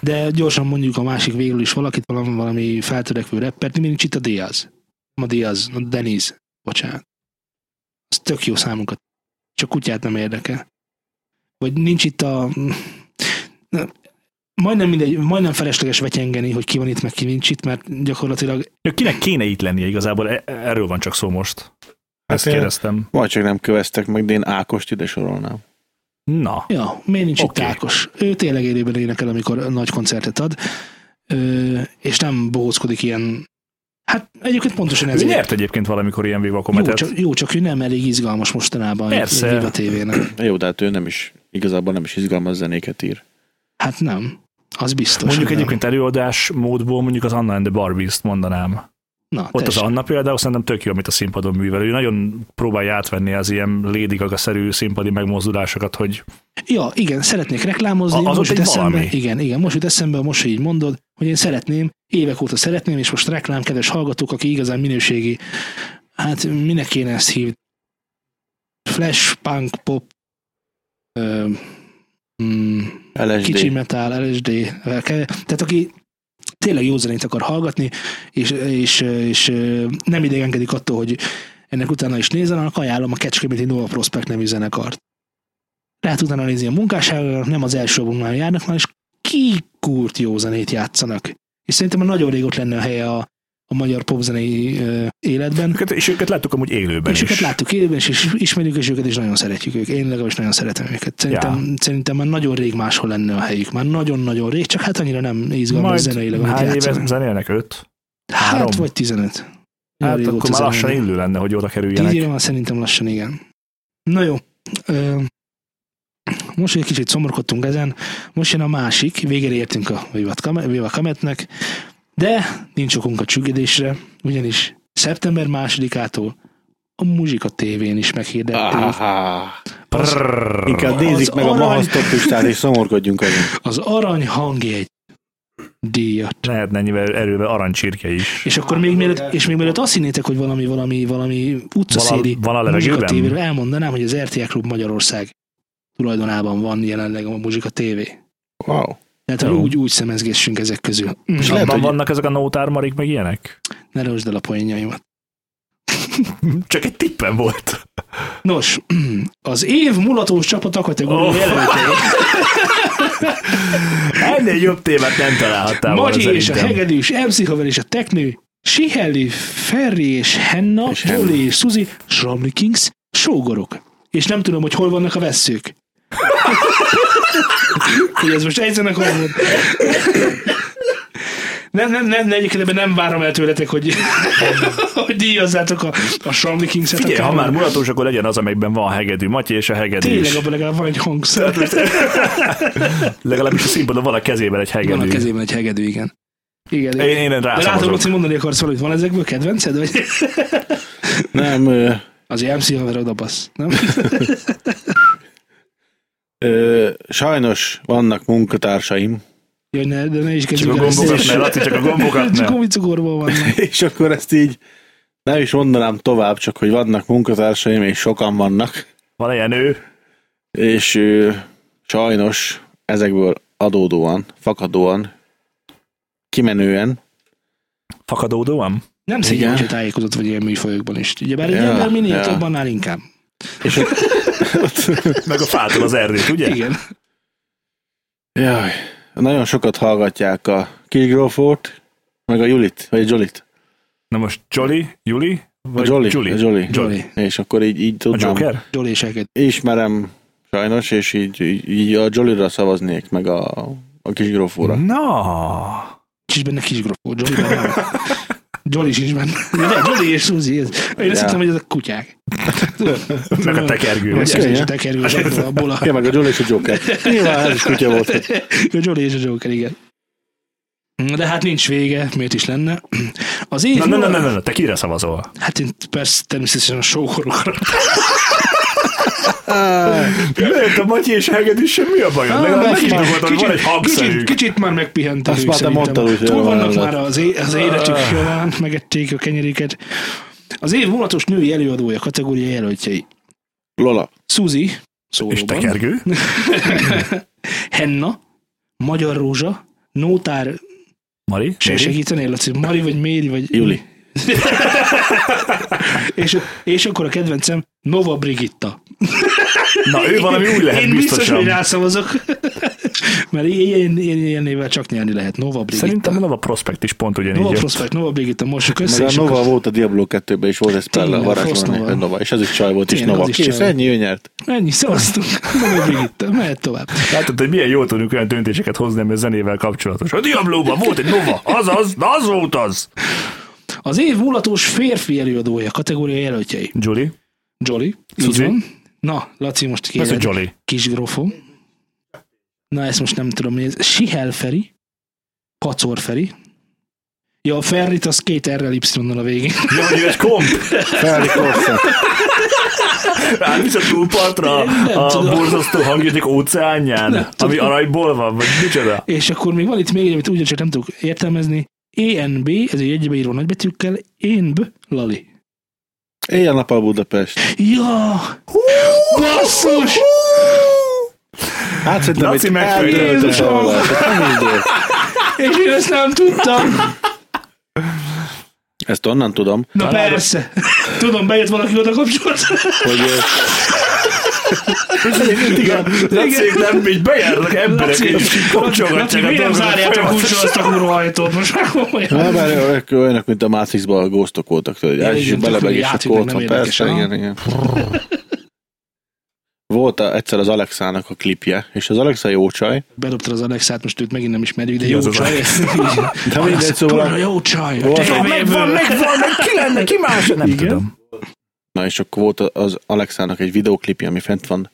Speaker 1: De gyorsan mondjuk a másik végül is valakit, valami, valami feltörekvő reppert, miért nincs itt a Diaz? Nem A Diaz, a Deniz, bocsánat. Az tök jó számunkat. Csak kutyát nem érdekel. Vagy nincs itt a... Na, Majdnem, mindegy, majdnem felesleges vetyengeni, hogy ki van itt, meg ki nincs itt, mert gyakorlatilag
Speaker 3: Ja, kinek kéne itt lennie igazából? E- Erről van csak szó most. Ezt
Speaker 4: én-
Speaker 3: kérdeztem.
Speaker 4: majd csak nem köveztek meg, de én Ákost ide sorolnám.
Speaker 3: Na,
Speaker 1: Ja, miért nincs
Speaker 3: Oké.
Speaker 1: itt Ákos? Ő tényleg élőben énekel, amikor nagy koncertet ad, ö, és nem bohóckodik ilyen... Hát egyébként pontosan
Speaker 3: ez ő
Speaker 1: ezért.
Speaker 3: nyert egyébként valamikor ilyen Viva
Speaker 1: jó,
Speaker 3: Cometet.
Speaker 1: csak, jó, csak ő nem elég izgalmas mostanában
Speaker 3: Persze.
Speaker 1: egy- egy Viva tévének.
Speaker 4: Na Jó, de hát ő nem is, igazából nem is izgalmas zenéket ír.
Speaker 1: Hát nem. Az biztos.
Speaker 3: Mondjuk
Speaker 1: hogy nem.
Speaker 3: egyébként előadás módból mondjuk az Anna and the Barbies-t mondanám.
Speaker 1: Na,
Speaker 3: Ott az
Speaker 1: tessék.
Speaker 3: Anna például szerintem tök jó, amit a színpadon művel. Ő nagyon próbálja átvenni az ilyen Lady Gaga-szerű színpadi megmozdulásokat, hogy
Speaker 1: Ja, igen, szeretnék reklámozni.
Speaker 3: A- az
Speaker 1: most
Speaker 3: ott
Speaker 1: jut
Speaker 3: egy
Speaker 1: eszembe,
Speaker 3: valami.
Speaker 1: Igen, igen, most jut eszembe, most, hogy így mondod, hogy én szeretném, évek óta szeretném, és most reklám, kedves hallgatók, aki igazán minőségi, hát minek kéne ezt hívni? Flash, punk, pop, ö, mm,
Speaker 4: LSD.
Speaker 1: kicsi metal, LSD, ö, ke- tehát aki tényleg jó zenét akar hallgatni, és, és, és ö, nem idegenkedik attól, hogy ennek utána is nézzen, annak ajánlom a Kecskeméti Nova Prospect nevű zenekart. Lehet utána nézni a munkásságának, nem az első albumunál járnak már, és kikúrt jó zenét játszanak. És szerintem már nagyon régót lenne a helye a, a magyar popzenei ö, életben.
Speaker 3: őket, és őket láttuk amúgy élőben
Speaker 1: és
Speaker 3: is.
Speaker 1: őket láttuk élőben, és is- ismerjük, és őket is nagyon szeretjük ők. Én legalábbis nagyon szeretem őket. Szerintem, szerintem már nagyon rég máshol lenne a helyük. Már nagyon-nagyon rég, csak hát annyira nem izgalmas zeneileg,
Speaker 3: Majd
Speaker 1: amit
Speaker 3: hány éve
Speaker 1: játszanak.
Speaker 3: zenélnek? Öt? három?
Speaker 1: Hát vagy 15. Nagyon
Speaker 3: Hát
Speaker 1: régóta
Speaker 3: akkor már lassan
Speaker 1: zenélnek.
Speaker 3: illő lenne, hogy oda
Speaker 1: Tíz
Speaker 3: kerüljenek.
Speaker 1: éve már szerintem lassan igen. Na jó. Ö, most hogy egy kicsit szomorkodtunk ezen, most jön a másik, végére értünk a Vivat Kame- Viva Kametnek, de nincs okunk a csüggedésre, ugyanis szeptember másodikától a muzsika tévén is meghirdették.
Speaker 4: Áhá.
Speaker 1: Az,
Speaker 4: Inkább nézzük
Speaker 1: Az
Speaker 4: meg a
Speaker 1: arany-
Speaker 4: mahasztott listát, és szomorkodjunk azon.
Speaker 1: az arany hangjegy díjat.
Speaker 3: Lehetne ennyivel erővel arancsirke is.
Speaker 1: És akkor még mielőtt, és még mielőtt azt hinnétek, hogy valami, valami, valami utcaszéli
Speaker 3: Vala- vala
Speaker 1: muzsika
Speaker 3: levegőben?
Speaker 1: tévéről elmondanám, hogy az RTL Klub Magyarország tulajdonában van jelenleg a muzsika tévé.
Speaker 4: Wow.
Speaker 1: Tehát, hogy
Speaker 3: Jó.
Speaker 1: úgy, úgy szemezgessünk ezek közül. Mm,
Speaker 3: És
Speaker 4: lehet,
Speaker 3: abban
Speaker 4: hogy-
Speaker 3: vannak ezek a nótármarik, meg ilyenek?
Speaker 1: ne lősd el a poénjaimat. Hm?
Speaker 3: Csak egy tippem volt.
Speaker 1: Nos, az év mulatós csapata kategória
Speaker 3: Oh.
Speaker 1: oh. jelöltjei.
Speaker 3: Ennél jobb témát nem találhattál volna
Speaker 1: Magyi és a
Speaker 3: szerintem.
Speaker 1: hegedűs, MC haver és a teknő, Sihelli, Ferri és Henna,
Speaker 4: És Henna.
Speaker 1: Oli és Suzi, Romney Kings, sógorok. És nem tudom, hogy hol vannak a vesszők. Ugye ez most egyszerűen hol van. Nem, nem, nem, ne, egyébként ebben nem várom el tőletek, hogy, hogy díjazzátok a, a Shamli Kings-et.
Speaker 3: Figyelj, ha
Speaker 1: akár-
Speaker 3: már mulatós, akkor legyen az, amelyikben van a hegedű. Matyi és a hegedű
Speaker 1: Tényleg
Speaker 3: is.
Speaker 1: abban legalább van egy szóval-
Speaker 3: Hát
Speaker 1: hangszer.
Speaker 3: Legalábbis a színpadon van a kezében egy hegedű.
Speaker 1: Van a kezében egy hegedű, igen. Igen, igen.
Speaker 3: Én, én
Speaker 1: De látom,
Speaker 3: rászavazok.
Speaker 1: Laci, mondani akarsz valamit, van ezekből kedvenced? Vagy?
Speaker 4: Nem, ö,
Speaker 1: Az MC haverod a bassz, nem?
Speaker 4: ö, sajnos vannak munkatársaim,
Speaker 1: Jaj, ne, de ne is
Speaker 3: Csak a
Speaker 1: kezdjük el ezt.
Speaker 3: gombokat ne, Laci, csak a gombokat
Speaker 1: Csak
Speaker 3: ne.
Speaker 1: gomicugorból van.
Speaker 4: és akkor ezt így nem is mondanám tovább, csak hogy vannak munkatársaim, és sokan vannak,
Speaker 3: Van ilyen nő?
Speaker 4: és ö, sajnos ezekből adódóan, fakadóan, kimenően,
Speaker 3: Fakadódóan?
Speaker 1: Nem szégyen,
Speaker 4: Igen.
Speaker 1: hogy tájékozott vagy ilyen műfajokban is. Ugye bár egy
Speaker 4: Ja,
Speaker 1: ember minél
Speaker 4: ja.
Speaker 1: több, annál inkább.
Speaker 4: és ott, ott
Speaker 3: Meg a fától az erdőt, ugye?
Speaker 1: Igen.
Speaker 4: jaj, nagyon sokat hallgatják a Kilgrofort, meg a Julit, vagy a Jolit.
Speaker 3: Na most Jolly, Juli,
Speaker 4: A
Speaker 3: vagy
Speaker 4: Jolly,
Speaker 3: Juli?
Speaker 4: A Jolly.
Speaker 1: Jolly.
Speaker 4: És akkor így, így
Speaker 3: A
Speaker 4: tudnám.
Speaker 3: Joker?
Speaker 1: Jolly és Eged.
Speaker 4: ismerem sajnos, és így, így, így a Jolly-ra szavaznék, meg a, a kis grófóra.
Speaker 1: Mhm.
Speaker 4: Mm.
Speaker 3: Na!
Speaker 1: Nincs benne kis grofó. Jolly benne van. Jolly sincs benne. De Jolly és Suzy. Ez. Én azt
Speaker 4: Ja.
Speaker 1: hittem, hogy ezek kutyák.
Speaker 3: Meg a tekergő,
Speaker 1: Vagy
Speaker 3: ugye?
Speaker 4: könnyen.
Speaker 1: és a tekergő az abból, abból a...
Speaker 4: Ja, meg a Jolly és a Joker. Nyilván ez is kutya volt.
Speaker 1: A Jolly és a Joker, igen. De hát nincs vége, miért is lenne. Az év...
Speaker 3: Na, na, na, na, na, na, te kire szavazol?
Speaker 1: Hát én persze természetesen a sókorokra.
Speaker 3: Miért a Matyi és Heged is mi a bajod? Legalább meg is gondoltam, hogy van egy
Speaker 1: kicsit,
Speaker 3: hangszerűk.
Speaker 1: kicsit már megpihentek.
Speaker 4: Azt
Speaker 1: ők
Speaker 4: már te
Speaker 1: szerintem.
Speaker 4: mondtad, hogy
Speaker 1: Túl
Speaker 4: jól
Speaker 1: vannak
Speaker 4: van
Speaker 1: már az, é- az életük
Speaker 3: Ah.
Speaker 1: során, megették a kenyeriket. Az év vonatos női előadója kategória jelöltjei.
Speaker 4: Lola.
Speaker 1: Suzi,
Speaker 3: És
Speaker 1: szólóban,
Speaker 3: tekergő?
Speaker 1: Henna, Magyar Rózsa, Nótár,
Speaker 3: Mari?
Speaker 1: se
Speaker 3: Méri?
Speaker 1: segítenél, Laci, Mari vagy Méri vagy...
Speaker 4: Juli.
Speaker 1: és, és akkor a kedvencem Nova Brigitta.
Speaker 3: Na, ő valami új lehet
Speaker 1: Én biztos, hogy
Speaker 3: biztosan.
Speaker 1: rászavazok. Mert ilyen, ilyen, ilyen névvel csak nyerni lehet. Nova Brigitta.
Speaker 3: Szerintem a Prospect is pont
Speaker 1: Nova
Speaker 3: ugyanígy jött.
Speaker 1: Prospect, Nova Brigitta, mossuk össze.
Speaker 4: Meg a
Speaker 1: és
Speaker 4: Nova
Speaker 1: akkor-
Speaker 4: volt a Diablo 2-ben, és volt ez Pella,
Speaker 1: Tényleg,
Speaker 4: varázsló
Speaker 1: Fosznova.
Speaker 4: neve, Nova, és ez is csaj volt, és
Speaker 1: Tényleg,
Speaker 4: Nova.
Speaker 1: az is
Speaker 4: Kész,
Speaker 1: csaj.
Speaker 4: ennyi, ő nyert.
Speaker 1: Ennyi, szavaztunk. Nova Brigitta, mehet tovább.
Speaker 3: Látod, hogy milyen jól tudunk olyan döntéseket hozni, ami a zenével kapcsolatos. A Diablóban volt egy Nova, az az, na az volt az.
Speaker 1: Az év mulatós férfi előadója, kategória jelöltjei.
Speaker 3: Juli?
Speaker 1: Jolly, így
Speaker 3: Suzi.
Speaker 1: van. Na, Laci, most
Speaker 3: Ez a
Speaker 1: kéred.
Speaker 3: Jolly.
Speaker 1: Kis grofó. Na, ezt most nem tudom, mi ez. Sihel Feri, Pacor Feri. Ja, a Ferrit az két R-rel Y-nal a végén.
Speaker 3: Ja, hogy ő egy komp.
Speaker 4: Felli Korszak.
Speaker 3: Rávisz a túlpartra
Speaker 1: Nem
Speaker 3: a
Speaker 1: tudom.
Speaker 3: borzasztó hangjáték óceánján, ami
Speaker 1: tudom.
Speaker 3: aranyból van, vagy micsoda?
Speaker 1: És akkor még van itt még egy, amit ugyancsak nem tudok értelmezni. ENB, ez egy egybe író nagybetűkkel, ENB, Lali.
Speaker 4: Éjjel nappal Budapest.
Speaker 1: Ja! Basszus!
Speaker 4: Hát szerintem
Speaker 3: Laci
Speaker 4: itt
Speaker 3: megfőtte.
Speaker 4: eldőlt a
Speaker 1: Jézusom!
Speaker 4: szavazás. Hát, Nem is dőlt.
Speaker 1: És én ezt nem tudtam.
Speaker 4: Ezt onnan tudom,
Speaker 1: Na persze. Tudom, bejött valaki oda kapcsolat.
Speaker 4: hogy ö,
Speaker 3: Igen, Laci, nem, így bejárnak emberek, és
Speaker 1: Laci,
Speaker 3: kapcsolgatják a
Speaker 1: miért nem zárjátok kulcsra azt
Speaker 3: dolgokat.
Speaker 1: a kurva ajtót? Most már komolyan.
Speaker 4: Na, bár ők olyanok, mint a Matrixban a ghostok voltak, tudod, hogy
Speaker 1: Ja,
Speaker 4: első
Speaker 1: igen,
Speaker 4: belebeg
Speaker 1: tudod,
Speaker 4: és
Speaker 1: játszik,
Speaker 4: akkor
Speaker 1: meg
Speaker 4: ott
Speaker 1: nem
Speaker 4: van,
Speaker 1: érdekes,
Speaker 4: persze,
Speaker 1: aha.
Speaker 4: igen, igen. Volt a, egyszer az Alexának a klipje, és az Alexa jó csaj,
Speaker 1: Bedobtad az Alexát, most őt megint nem ismerjük, de
Speaker 3: Ki
Speaker 1: jó
Speaker 3: az az
Speaker 1: csaj.
Speaker 3: Alex?
Speaker 4: De mindegy, szóval-
Speaker 1: Kurva jó csaj.
Speaker 4: Volt-
Speaker 1: Te jövőből.
Speaker 3: megvan, meg ki lenne, ki más? Nem
Speaker 1: Igen.
Speaker 3: tudom.
Speaker 4: na és akkor volt az Alexának egy videóklipje, ami fent van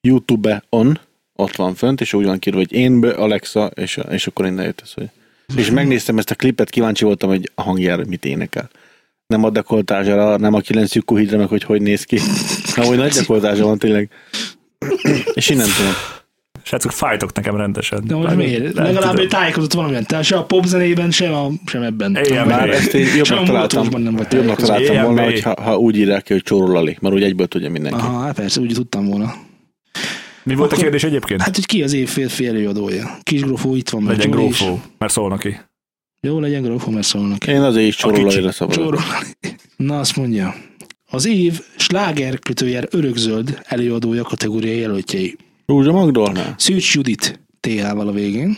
Speaker 4: YouTube-on, ott van fönt, és úgy van kírva, hogy én be Alexa, és, és akkor innen jött ez, hogy... És megnéztem ezt a klipet, kíváncsi voltam, hogy a hangjára mit énekel. nem a dekoltázsára, nem a kilenc lyukú hídre, meg hogy hogy néz ki. Na, hogy nagy dekoltázsa van tényleg. És én nem tudom.
Speaker 3: Srácok, fájtok nekem rendesen.
Speaker 1: De most miért?
Speaker 3: Nem
Speaker 1: Legalább egy
Speaker 3: tudom.
Speaker 1: tájékozott valamilyen. Tehát se a popzenében, sem, a, sem ebben.
Speaker 3: Éjjel
Speaker 1: Nem,
Speaker 4: Bár
Speaker 3: Igen.
Speaker 4: ezt én
Speaker 1: Sem
Speaker 4: jobbnak
Speaker 1: a
Speaker 4: találtam,
Speaker 1: mutatósban nem vagy
Speaker 4: jobbnak
Speaker 1: tájékozott.
Speaker 4: találtam volna,
Speaker 3: EMB.
Speaker 4: hogyha, ha úgy írják ki, hogy csórolali, mert úgy egyből tudja mindenki.
Speaker 1: Aha, hát persze, úgy tudtam volna.
Speaker 3: Mi volt a
Speaker 1: Akkor-
Speaker 3: kérdés egyébként?
Speaker 1: Hát, hogy ki az év férfi előadója? Kis Grofó itt van, mert
Speaker 3: Legyen
Speaker 1: Gyuri is.
Speaker 3: grófó, mert szól neki.
Speaker 1: Jó, legyen Grofó, mert szólnak.
Speaker 4: Én azért is csórolalira szavazok.
Speaker 1: Csóró. Na, azt mondja. Az év sláger kötőjel örökzöld előadója kategória jelöltjei.
Speaker 4: Rúzsa Magdolnál?
Speaker 1: Szűcs Judit TH-val a végén,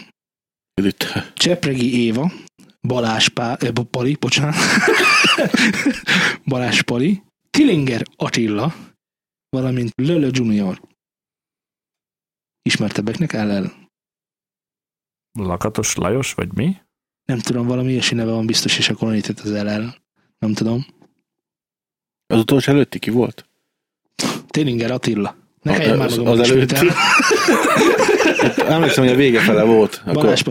Speaker 4: Itt.
Speaker 1: Csepregi Éva, Balázs Pá, eh, Bo- Pali, bocsánat, Balázs Pali, Tillinger Attila, valamint Lölö Junior. Ismertebbeknek LL.
Speaker 3: Lakatos Lajos, vagy mi?
Speaker 1: Nem tudom, valami ilyesmi neve van biztos, és akkor annyit az LL. Nem tudom.
Speaker 4: Az utolsó előtti ki volt?
Speaker 1: Tillinger Attila. Ne kelljen már
Speaker 4: az,
Speaker 1: magam
Speaker 4: az előtti. Hát, Emlékszem, hogy a vége fele volt. Akkor
Speaker 1: Balázs,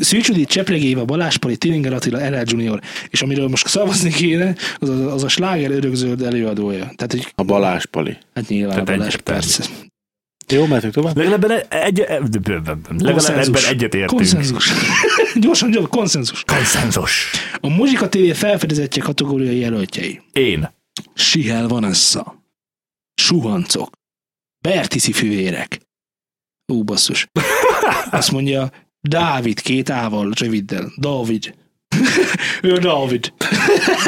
Speaker 1: Szűcs Judit, Csepregi Éva, Balázs Pali, Tillinger Attila, LL Junior. És amiről most szavazni kéne, az a, az a sláger örökzöld előadója. Tehát, hogy
Speaker 4: a Balázs Pali.
Speaker 1: hát nyilván a
Speaker 3: Tehát
Speaker 1: Balázs,
Speaker 3: egyértelmű.
Speaker 1: persze.
Speaker 4: Jó, mehetünk tovább?
Speaker 3: Legalább, egy, egy, e- egy, legalább ebben
Speaker 1: Konszenzus.
Speaker 3: egyet értünk.
Speaker 1: Konszenzus. Gyorsan, gyorsan, konszenzus.
Speaker 3: Konszenzus.
Speaker 1: A muzsika tévé felfedezettje kategóriai jelöltjei.
Speaker 3: Én.
Speaker 1: Sihel Vanessa. Suhancok. Bertiszi fivérek. Ú, basszus. Azt mondja, Dávid két ával, röviddel. Dávid. ő a Dávid.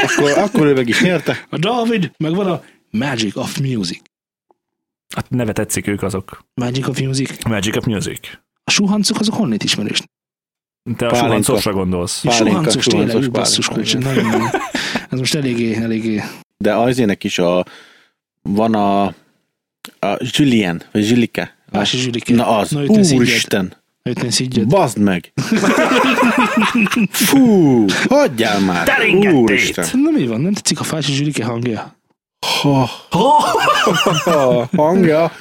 Speaker 4: Akkor, akkor ő meg is nyerte.
Speaker 1: A Dávid, meg van a Magic of Music.
Speaker 3: Hát neve tetszik ők azok.
Speaker 1: Magic of Music.
Speaker 3: Magic of Music.
Speaker 1: A suhancok azok honnét ismerős?
Speaker 3: Te a
Speaker 4: Pálinka.
Speaker 3: suhancosra gondolsz.
Speaker 1: És
Speaker 4: Pálinka,
Speaker 1: suhancos tényleg,
Speaker 4: suhancos
Speaker 1: ú, basszus,
Speaker 4: pálinka,
Speaker 1: kulcs. Nagyon, nagyon. Ez most eléggé, eléggé.
Speaker 4: De azének is a... Van a... A Julien, vagy Zsilike.
Speaker 1: Vási Zsülike.
Speaker 4: Na az,
Speaker 1: Na,
Speaker 4: Na,
Speaker 1: őt ne szidjed.
Speaker 4: úristen,
Speaker 1: Őt ne szidjad.
Speaker 4: bazd meg! Fú, hagyjál már!
Speaker 3: Teringettét.
Speaker 4: Úristen!
Speaker 1: Na mi van? Nem tetszik a Fási Zsülike hangja?
Speaker 4: Ha, ha, hangja!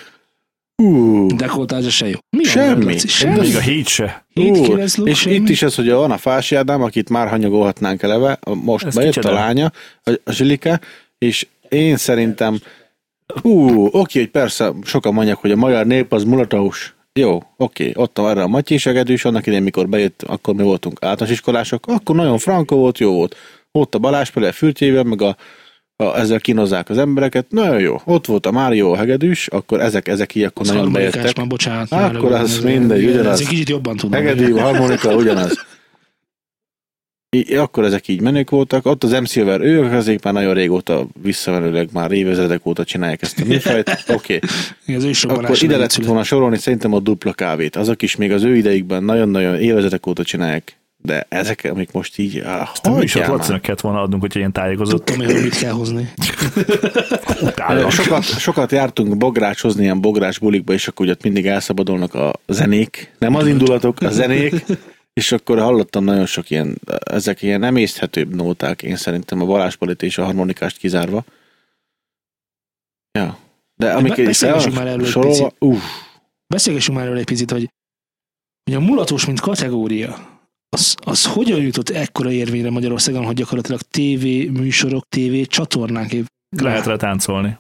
Speaker 4: Ú,
Speaker 1: Dekoltázsa se jó. Mi
Speaker 4: Semmi.
Speaker 1: hangod, Laci? Semmi.
Speaker 3: Még a híd se.
Speaker 1: Hét,
Speaker 4: Úr,
Speaker 1: kilenc, luk,
Speaker 4: és
Speaker 1: semmi?
Speaker 4: itt is ez, hogy van a Fási Ádám, akit már hanyagolhatnánk eleve, a- most
Speaker 3: Ez
Speaker 4: Ez bejött
Speaker 3: kicsoda.
Speaker 4: a lánya, a, a Zsilike, és én szerintem, ú, oké, hogy persze sokan mondják, hogy a magyar nép az mulataus. Jó, oké, ott van erre a Matyi Segedű, és annak idején, mikor bejött, akkor mi voltunk általános iskolások, akkor nagyon frankó volt, jó volt. Ott a Balázs például a fürtjében, meg a, a, ezzel kínozzák az embereket, nagyon jó. Ott volt a Mário a Hegedűs, akkor ezek, ezek így akkor
Speaker 1: Az
Speaker 4: nagyon
Speaker 1: harmonikás
Speaker 4: bejöttek.
Speaker 1: Már bocsánat.
Speaker 4: Akkor
Speaker 1: már
Speaker 4: az
Speaker 1: ez-
Speaker 4: mindegy,
Speaker 1: ez-
Speaker 4: ugyanaz.
Speaker 1: Ez egy kicsit jobban tudom.
Speaker 4: Hegedű, harmonika, ugyanaz. I- akkor ezek így menők voltak. Ott az MC Silver, ők azért már nagyon régóta visszamenőleg már évezredek óta csinálják ezt a műfajt. Oké, okay.
Speaker 1: Igen, Az ősrobbanás.
Speaker 4: akkor ide
Speaker 1: nem
Speaker 4: lett
Speaker 1: szület.
Speaker 4: volna sorolni szerintem a dupla kávét. Azok is még az ő ideigben nagyon-nagyon évezredek óta csinálják. De ezek, amik most így... Ah,
Speaker 3: A műsor
Speaker 4: hagyjál már.
Speaker 3: Lacinak kellett volna adnunk, hogy ilyen tájékozott.
Speaker 1: Tudtam, hogy arra mit kell hozni.
Speaker 3: Utána.
Speaker 4: Sokat, sokat jártunk bográcshozni ilyen bográs bulikba, és akkor ugye ott mindig elszabadulnak a zenék. Nem az indulatok, a zenék. És akkor hallottam nagyon sok ilyen, ezek ilyen emészthetőbb nóták, én szerintem a baláspalit és a harmonikást kizárva. Ja. De
Speaker 1: be-
Speaker 4: amikor is
Speaker 1: beszélgessünk már
Speaker 4: el
Speaker 1: erről egy
Speaker 4: sorolva,
Speaker 1: picit.
Speaker 4: uff,
Speaker 1: Beszélgessünk már erről egy picit, hogy, hogy a mulatos, mint kategória, az, az hogyan jutott ekkora érvényre Magyarországon, hogy gyakorlatilag TV műsorok, TV csatornák év.
Speaker 3: Lehet rá táncolni.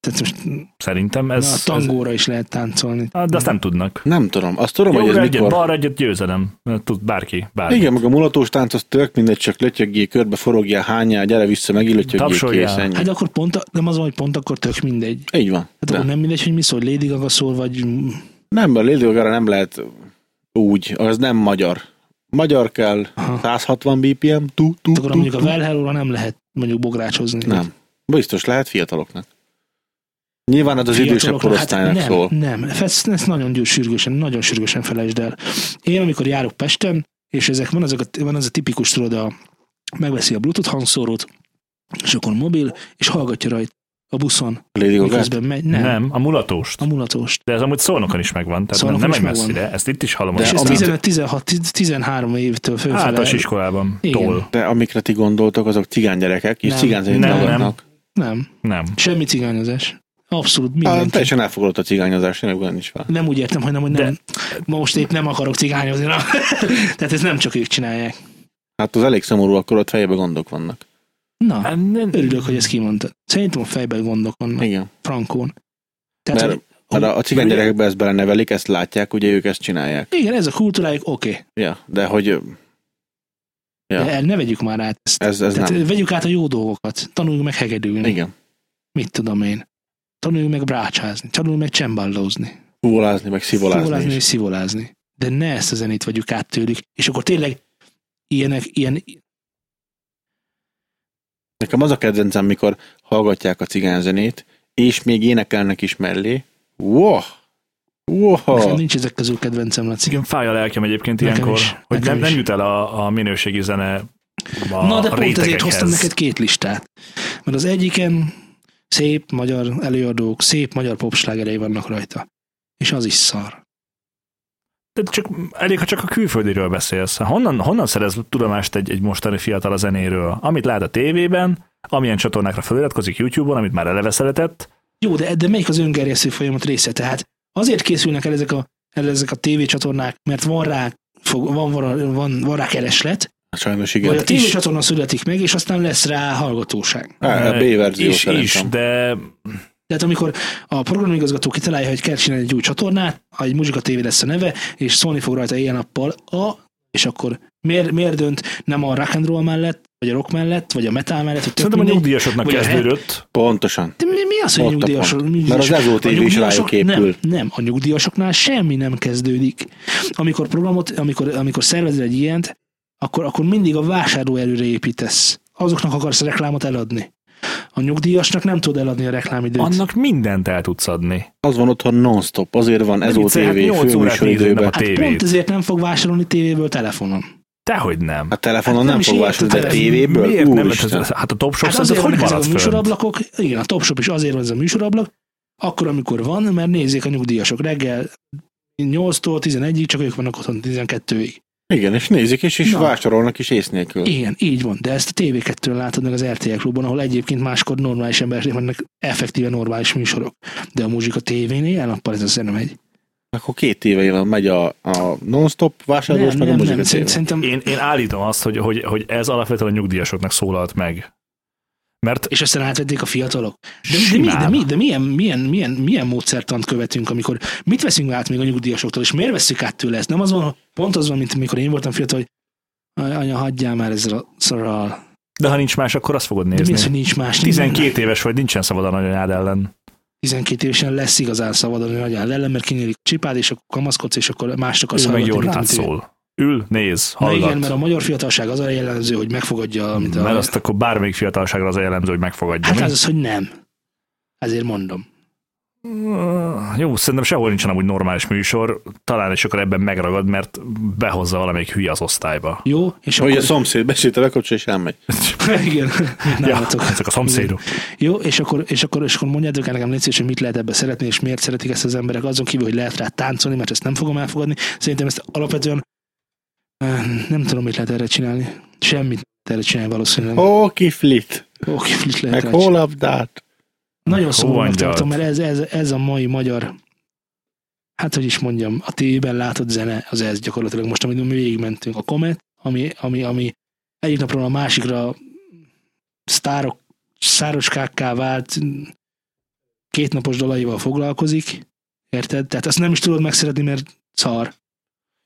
Speaker 1: Tehát most
Speaker 3: Szerintem
Speaker 1: ez, na,
Speaker 3: ez... Mm.
Speaker 1: a tangóra is lehet táncolni.
Speaker 3: ez- de azt nem tudnak.
Speaker 4: nem tudom, azt tudom, hogy
Speaker 3: Jobbra
Speaker 4: ez
Speaker 3: egyet,
Speaker 4: mikor.
Speaker 3: balra egyet győzelem. Tud bárki, bárki.
Speaker 4: Igen, meg a mulatós tánc, az tök mindegy, csak lötyögjél, körbe forogja, hányjál, gyere vissza, megint lötyögjél,
Speaker 3: Tapsoljál.
Speaker 4: kész, ennyi.
Speaker 1: Hát de akkor pont, a, nem az van, hogy pont akkor tök mindegy.
Speaker 4: Így van.
Speaker 1: Hát
Speaker 4: De.
Speaker 1: akkor nem mindegy, hogy mi szól, Lady Gaga szól, vagy mm,
Speaker 4: Nem, a Lady Gaga nem lehet úgy, az nem magyar. Magyar kell,
Speaker 1: Aha.
Speaker 4: 160 BPM, tú, tú,
Speaker 1: Hát akkor
Speaker 4: tú,
Speaker 1: mondjuk a
Speaker 4: tú.
Speaker 1: Well Hello-ra nem lehet mondjuk bográcsozni.
Speaker 4: Nem. Biztos lehet fiataloknak. Nyilván az az idősebb
Speaker 1: Fiataloknak,
Speaker 4: korosztálynak
Speaker 1: hát
Speaker 4: szól.
Speaker 1: nem, nem. Ezt, ezt nagyon gyors, sürgősen, nagyon sürgősen felejtsd el. Én amikor járok Pesten, és ezek van, ezek a, van az a tipikus, tudod, a, megveszi a Bluetooth hangszórót, és akkor mobil, és hallgatja rajt a buszon,
Speaker 4: A Lady Gaga.
Speaker 1: miközben megy. Nem,
Speaker 3: Nem.
Speaker 1: nem.
Speaker 3: a mulatóst.
Speaker 1: a mulatost.
Speaker 3: De ez amúgy szolnokon is megvan, tehát
Speaker 1: Szolnokon
Speaker 3: nem
Speaker 1: is
Speaker 3: megy
Speaker 1: megvan.
Speaker 3: messzire. Ezt itt is hallom.
Speaker 4: De
Speaker 3: hogy
Speaker 1: És ez
Speaker 4: amit-
Speaker 1: 15, 16, 10 13 évtől fölfele.
Speaker 3: Általános iskolában.
Speaker 1: Igen.
Speaker 3: Tól.
Speaker 4: De amikre ti gondoltok, azok cigány gyerekek, és
Speaker 1: Nem.
Speaker 4: cigány zenét
Speaker 3: Nem,
Speaker 4: hallgatnak.
Speaker 1: Nem,
Speaker 3: Nem.
Speaker 1: semmi cigányozás. Abszolút
Speaker 4: Hát,
Speaker 1: mindenki.
Speaker 4: teljesen elfogadott a cigányozás, nem gond nincs fel.
Speaker 1: Nem úgy értem, hanem, hogy nem, ma most épp nem akarok cigányozni. Na. Tehát ezt nem csak ők csinálják.
Speaker 4: Hát az elég szomorú, akkor ott fejében gondok vannak.
Speaker 1: Na, örülök, hogy ezt kimondtad. Szerintem a fejben gondok vannak,
Speaker 4: Igen.
Speaker 1: frankón. Tehát,
Speaker 4: Mert,
Speaker 1: hogy,
Speaker 4: mert a, a cigány gyerekekbe ezt belenevelik, ezt látják, ugye ők ezt csinálják.
Speaker 1: igen, ez a kultúrájuk, oké. Okay.
Speaker 4: Ja, de hogy ö, Ja.
Speaker 1: De el ne vegyük már át ezt.
Speaker 4: ez, ez
Speaker 1: Tehát
Speaker 4: nem.
Speaker 1: nem. vegyük át a jó dolgokat. Tanuljunk meg hegedülni.
Speaker 4: Igen.
Speaker 1: Mit tudom én. Tanuljunk meg brácsázni. Tanuljunk meg csemballózni.
Speaker 4: Fúvolázni, meg szivolázni
Speaker 1: Szivolázni és
Speaker 4: is.
Speaker 1: szivolázni. De ne ezt a zenét vegyük át tőlük. És akkor tényleg ilyenek, ilyen,
Speaker 4: Nekem az a kedvencem, mikor hallgatják a cigányzenét, és még énekelnek is mellé. Wow!
Speaker 1: nekem
Speaker 4: Wow!
Speaker 1: nincs ezek közül kedvencem, Laci.
Speaker 3: Igen, fáj a lelkem egyébként
Speaker 1: Nekem
Speaker 3: ilyenkor,
Speaker 1: is,
Speaker 3: hogy
Speaker 1: nekem
Speaker 3: nem, nem
Speaker 1: is.
Speaker 3: jut el a, a minőségi zene a
Speaker 1: Na, de pont ezért
Speaker 3: rétegekhez.
Speaker 1: hoztam neked két listát. Mert az egyiken szép magyar előadók, szép magyar popslágerei vannak rajta. És az is szar.
Speaker 3: De csak, elég, ha csak a külföldiről beszélsz. Hát Honnan, honnan szerez tudomást egy, egy mostani fiatal a zenéről? Amit lát a tévében, amilyen csatornákra feliratkozik YouTube-on, amit már eleve szeretett.
Speaker 1: Jó, de, de melyik az öngerjesztő folyamat része? Tehát azért készülnek el ezek a, el ezek a tévécsatornák, mert van rá, fog, van, van, van, van rá kereslet,
Speaker 4: Sajnos
Speaker 1: Igen, vagy a
Speaker 4: igen.
Speaker 1: tévécsatorna születik meg, és aztán lesz rá hallgatóság.
Speaker 4: Á, hát a B verzió
Speaker 3: is, is,
Speaker 4: szerintem.
Speaker 3: de
Speaker 1: Tehát amikor a programigazgató kitalálja, hogy kell csinálni egy új csatornát, ha egy Muzsika TV lesz a neve, és szólni fog rajta éjjel-nappal a, és akkor miért, miért dönt nem a rock and roll mellett, vagy a rock mellett, vagy a metal mellett, vagy tök
Speaker 3: szerintem a
Speaker 1: mindegy.
Speaker 3: nyugdíjasoknak
Speaker 1: Vagy a rap-
Speaker 3: kezdődött.
Speaker 4: Pontosan.
Speaker 1: De mi, mi az, hogy
Speaker 4: Ott a
Speaker 1: nyugdíjas?
Speaker 4: pont.
Speaker 1: nyugdíjas-
Speaker 4: Mert az Ezó
Speaker 1: a
Speaker 4: TV is
Speaker 1: nyugdíjasok-
Speaker 4: rájuk épül.
Speaker 1: Nem, nem, a nyugdíjasoknál semmi nem kezdődik. Amikor programot, amikor, amikor szervezel egy ilyent, akkor, akkor mindig a vásárlóerőre építesz. Azoknak akarsz reklámot eladni. A nyugdíjasnak nem tud eladni a reklámidőt.
Speaker 3: Annak mindent el tudsz adni.
Speaker 4: Az van otthon non-stop, azért van ez
Speaker 3: Nem
Speaker 4: OTV
Speaker 3: viccelj, hát nyolc órát nézünk
Speaker 4: főműsoridőben.
Speaker 3: nap a
Speaker 1: hát
Speaker 3: tévét.
Speaker 1: pont ezért nem fog vásárolni tévéből telefonon.
Speaker 3: Dehogy nem.
Speaker 4: A telefonon
Speaker 1: Hát nem
Speaker 4: nem
Speaker 1: is
Speaker 4: fog
Speaker 1: érted,
Speaker 4: vásárolni, de
Speaker 1: hát
Speaker 4: tévéből?
Speaker 3: Miért nem? Hát,
Speaker 4: Úristen.
Speaker 3: az- hát a Top Shop
Speaker 1: Hát
Speaker 3: hát
Speaker 1: azért
Speaker 3: hogy
Speaker 1: vannak ezek
Speaker 3: marad
Speaker 1: a
Speaker 3: föl?
Speaker 1: műsorablakok, igen, a Topshop is azért van ez a műsorablak, akkor, amikor van, mert nézzék a nyugdíjasok reggel 8-tól 11-ig, csak ők vannak otthon 12-ig.
Speaker 4: Igen, és nézik is, és
Speaker 1: Na.
Speaker 4: vásárolnak is ész nélkül.
Speaker 1: Igen, így van, de ezt a TV2-n látod meg az RTL klubon, ahol egyébként máskor normális emberek vannak effektíve normális műsorok. De a muzsika tévénél nappal ez a zene megy.
Speaker 4: Akkor két éve jelen megy a, a non-stop
Speaker 1: Nem,
Speaker 4: vásárlós,
Speaker 1: nem,
Speaker 4: meg a
Speaker 1: nem,
Speaker 4: muzsika
Speaker 1: szerint-
Speaker 4: tévé.
Speaker 1: szerintem,
Speaker 3: Én, én állítom azt, hogy, hogy, hogy ez alapvetően a nyugdíjasoknak szólalt meg. Mert
Speaker 1: és aztán átvették a fiatalok. De, de, mi,
Speaker 3: Simán.
Speaker 1: de, mi, de milyen, milyen, milyen, milyen módszertant követünk, amikor mit veszünk át még a nyugdíjasoktól, és miért veszük át tőle ezt? Nem az van, hogy- pont az van, mint amikor én voltam fiatal, hogy "Aj, anya, hagyjál már ezzel a szarral.
Speaker 3: de ha nincs más, akkor azt fogod
Speaker 1: De mi az, hogy
Speaker 3: nézni.
Speaker 1: nincs más?
Speaker 3: 12 éves vagy, nincsen szabad a nagyanyád ellen.
Speaker 1: 12 évesen lesz igazán szabad, ami nagyon ellen, mert kinyílik a csipád, és akkor kamaszkodsz, és akkor mást akarsz
Speaker 3: Ő meg
Speaker 1: hallgatni, mint
Speaker 3: jól
Speaker 1: amit
Speaker 3: rád
Speaker 1: ő-
Speaker 3: szól. Ül, néz,
Speaker 1: Na
Speaker 3: hallgat.
Speaker 1: igen, mert a magyar fiatalság az a jellemző, hogy megfogadja, amit a...
Speaker 3: Mert azt akkor bármelyik fiatalságra az a jellemző, hogy megfogadja.
Speaker 1: Hát
Speaker 3: mi?
Speaker 1: az az, hogy nem. Ezért mondom.
Speaker 3: Ah, Jó, szerintem sehol nincsen amúgy normális műsor, talán is sokan ebben megragad, mert behozza valamelyik hülye az osztályba.
Speaker 1: Jó? És
Speaker 4: Hogy a
Speaker 1: akkor...
Speaker 4: szomszéd besít a lekapcsol, és elmegy.
Speaker 1: Igen.
Speaker 3: Ja,
Speaker 1: Nálatok.
Speaker 3: ezek a szomszédok.
Speaker 1: Jó, és akkor, és akkor, és akkor mondjátok el nekem légy szíves, hogy mit lehet ebbe szeretni, és miért szeretik ezt az emberek, azon kívül, hogy lehet rá táncolni, mert ezt nem fogom elfogadni. Szerintem ezt alapvetően eh, nem tudom, mit lehet erre csinálni. Semmit nem lehet erre csinálni valószínűleg. Oh.
Speaker 4: Ó, kiflit,
Speaker 1: Okay, mit lehet
Speaker 4: meg
Speaker 1: rá csinálni.
Speaker 4: hólabdát.
Speaker 1: Nagyon szomorúnak
Speaker 3: Hóangyalt.
Speaker 1: tartom, mert ez, ez, ez a mai magyar hát hogy is mondjam, a tévében látott zene az ez gyakorlatilag most, amit mi végigmentünk, a Comet, ami, ami, ami egyik napról a másikra sztárok, szároskákká vált, kétnapos dalaival foglalkozik, érted? Tehát azt nem is tudod megszeretni, mert szar.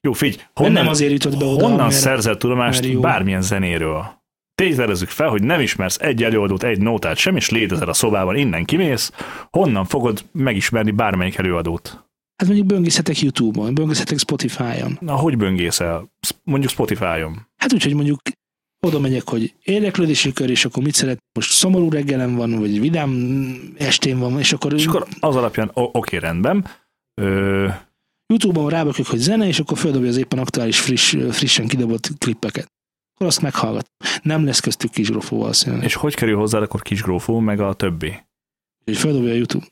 Speaker 3: Jó, figy,
Speaker 1: Honnan,
Speaker 3: honnan,
Speaker 1: nem azért jutott be oda,
Speaker 3: honnan
Speaker 1: mert
Speaker 3: szerzel tudomást
Speaker 1: mert jó.
Speaker 3: bármilyen zenéről? Tételezzük fel, hogy nem ismersz egy előadót, egy nótát, sem is létezel a szobában, innen kimész, honnan fogod megismerni bármelyik előadót?
Speaker 1: hát mondjuk böngészhetek YouTube-on, böngészhetek Spotify-on.
Speaker 3: Na, hogy böngészel? Sz- Mondjuk Spotify-on.
Speaker 1: Hát úgy, hogy mondjuk oda megyek, hogy érdeklődési kör, és akkor mit szeret, most szomorú reggelem van, vagy vidám estén van, és akkor,
Speaker 3: És akkor az alapján, o- oké, rendben, Ö,
Speaker 1: YouTube-on rábökök, hogy zene, és akkor földobja az éppen aktuális, friss, frissen kidobott klippeket. Akkor azt meghallgat. Nem lesz köztük kisgrofó valószínűleg. És
Speaker 3: és hogy kerül hozzá akkor kisgrófó, meg a többi?
Speaker 1: hogy földobja a YouTube.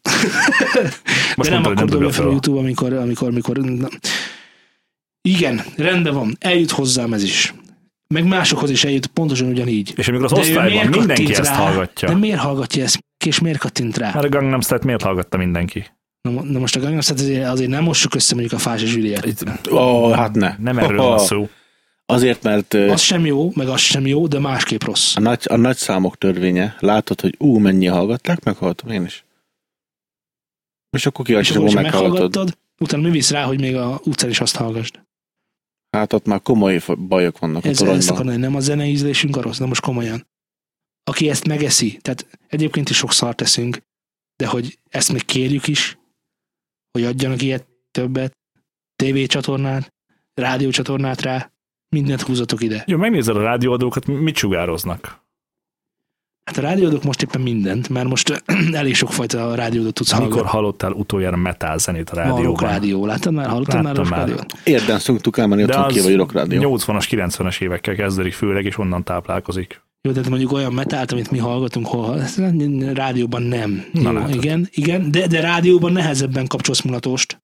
Speaker 3: Most
Speaker 1: De nem
Speaker 3: mondtad, hogy
Speaker 1: akkor
Speaker 3: nem
Speaker 1: dobja
Speaker 3: dobja
Speaker 1: fel a
Speaker 3: fel.
Speaker 1: YouTube, amikor, amikor, amikor na. igen, rendben van, eljut hozzám ez is. Meg másokhoz is eljut pontosan ugyanígy.
Speaker 3: És amikor az
Speaker 1: De ő
Speaker 3: osztályban
Speaker 1: miért
Speaker 3: mindenki
Speaker 1: kattint
Speaker 3: ezt
Speaker 1: rá?
Speaker 3: hallgatja.
Speaker 1: De miért hallgatja ezt, és miért kattint rá?
Speaker 3: Mert a Gangnam Style-t miért hallgatta mindenki?
Speaker 1: Na, mo- na most a Gangnam Style azért, azért nem mossuk össze mondjuk a fás és üliet.
Speaker 4: Ó, hát ne.
Speaker 3: Nem erről van szó.
Speaker 4: Azért, mert ö,
Speaker 1: Az sem jó, meg az sem jó, de másképp rossz.
Speaker 4: a nagy, a nagy számok törvénye, látod, hogy ú, mennyi hallgatták, meghallgatom én is. És akkor
Speaker 1: És
Speaker 4: kíváncsi,
Speaker 1: akkor,
Speaker 4: hogy
Speaker 1: hogyha
Speaker 4: meghallgatod.
Speaker 1: meghallgattad, utána mi visz rá, hogy még a utcán is azt hallgassd.
Speaker 4: Hát ott már komoly f- bajok vannak
Speaker 1: Ez,
Speaker 4: a
Speaker 1: ezt
Speaker 4: toronyban.
Speaker 1: akarni, nem a zenei ízlésünk a rossz, de most komolyan. Aki ezt megeszi, tehát egyébként is sok szart teszünk, de hogy ezt még kérjük is, hogy adjanak ilyet többet, tévécsatornát, rádiócsatornát rá, mindent húzatok ide.
Speaker 3: Jó, megnézed a rádióadókat, mit sugároznak.
Speaker 1: Hát a rádiódok most éppen mindent, mert most elég sokfajta rádiódot tudsz
Speaker 3: Mikor
Speaker 1: hallgatni.
Speaker 3: hallottál utoljára metal zenét a
Speaker 1: Marok
Speaker 3: rádióban?
Speaker 1: Szóval- rádió. Láttad már? Hallottad már
Speaker 3: Láttam
Speaker 1: a
Speaker 3: már.
Speaker 1: rádiót?
Speaker 4: Érden szoktuk elmenni, ott
Speaker 3: De
Speaker 4: van
Speaker 3: az
Speaker 4: ki vagy rockrádió.
Speaker 3: 80-as, 90-es évekkel kezdődik főleg, és onnan táplálkozik.
Speaker 1: Jó, tehát mondjuk olyan metált, amit mi hallgatunk, hol ez rádióban nem.
Speaker 3: Na,
Speaker 1: Jó,
Speaker 3: látod.
Speaker 1: igen, igen, de, de rádióban nehezebben kapcsolsz mulatost.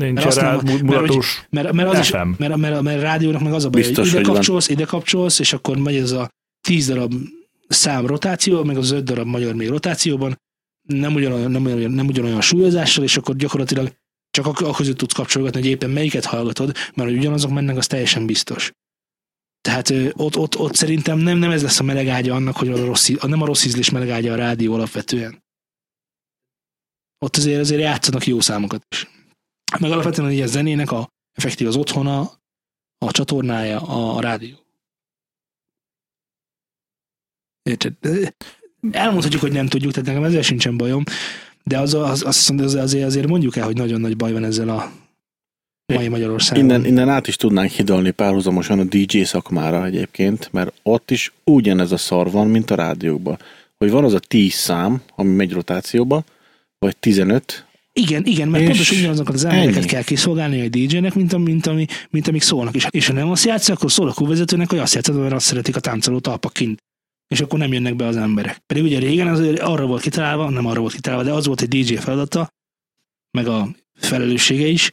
Speaker 1: Mert
Speaker 3: Nincs
Speaker 1: azt
Speaker 3: rá
Speaker 1: nem- mert
Speaker 3: mulatos.
Speaker 1: Mert, mert, az is,
Speaker 3: FM.
Speaker 1: mert, mert, mert, a rádiónak meg az a baj,
Speaker 4: Biztos,
Speaker 1: hogy ide
Speaker 4: hogy van.
Speaker 1: kapcsolsz, ide kapcsolsz, és akkor megy ez a 10 darab szám rotáció, meg az 5 darab magyar még rotációban, nem ugyanolyan, nem, ugyanolyan, nem ugyanolyan súlyozással, és akkor gyakorlatilag csak ak- a között tudsz kapcsolgatni, hogy éppen melyiket hallgatod, mert hogy ugyanazok mennek, az teljesen biztos. Tehát ö, ott, ott, ott szerintem nem, nem ez lesz a melegágya annak, hogy a rossz, í- a- nem a rossz ízlés melegágya a rádió alapvetően. Ott azért, azért játszanak jó számokat is. Meg alapvetően ugye a zenének a, effektív az otthona, a csatornája, a, a rádió. Érted? Elmondhatjuk, hogy nem tudjuk, tehát nekem ezzel sincsen bajom, de az, az, az, az azért, azért mondjuk el, hogy nagyon nagy baj van ezzel a mai Magyarországon.
Speaker 4: Innen, innen át is tudnánk hidalni párhuzamosan a DJ szakmára egyébként, mert ott is ugyanez a szar van, mint a rádiókban. Hogy van az a 10 szám, ami megy rotációba, vagy 15,
Speaker 1: Igen, igen, mert
Speaker 4: És
Speaker 1: pontosan ugyanazokat az embereket
Speaker 4: ennyi.
Speaker 1: kell kiszolgálni a DJ-nek, mint, ami- mint, ami, mint amik szólnak. És, és ha nem azt játszik, akkor szól a kúvezetőnek, hogy azt játszod, mert azt szeretik a táncoló talpak kint. És akkor nem jönnek be az emberek. Pedig ugye régen az arra volt kitalálva, nem arra volt kitalálva, de az volt egy DJ feladata, meg a felelőssége is,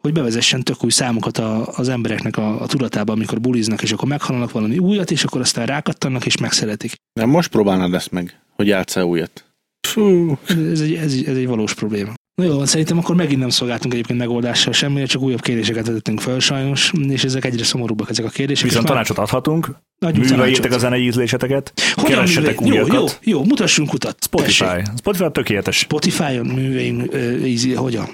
Speaker 1: hogy bevezessen tök új számokat a, az embereknek a, a tudatába, amikor buliznak, és akkor meghallanak valami újat, és akkor aztán rákattannak, és megszeretik.
Speaker 4: nem most próbálnád ezt meg, hogy játszál újat. Fú,
Speaker 1: Ez egy, ez, egy, ez egy valós probléma. Na jó, van, szerintem akkor megint nem szolgáltunk egyébként megoldással semmire, csak újabb kérdéseket vetettünk föl sajnos, és ezek egyre szomorúbbak ezek a kérdések.
Speaker 3: Viszont
Speaker 1: és már
Speaker 3: tanácsot adhatunk,
Speaker 1: adjunk
Speaker 3: műveljétek
Speaker 1: tanácsot.
Speaker 3: a zenei ízléseteket,
Speaker 1: Hogyan
Speaker 3: keressetek
Speaker 1: művelj- jó, jó,
Speaker 3: újakat.
Speaker 1: jó, mutassunk utat.
Speaker 3: Spotify.
Speaker 1: Tessék.
Speaker 3: Spotify tökéletes.
Speaker 1: Spotify-on műveljünk, ö, easy, hogyan?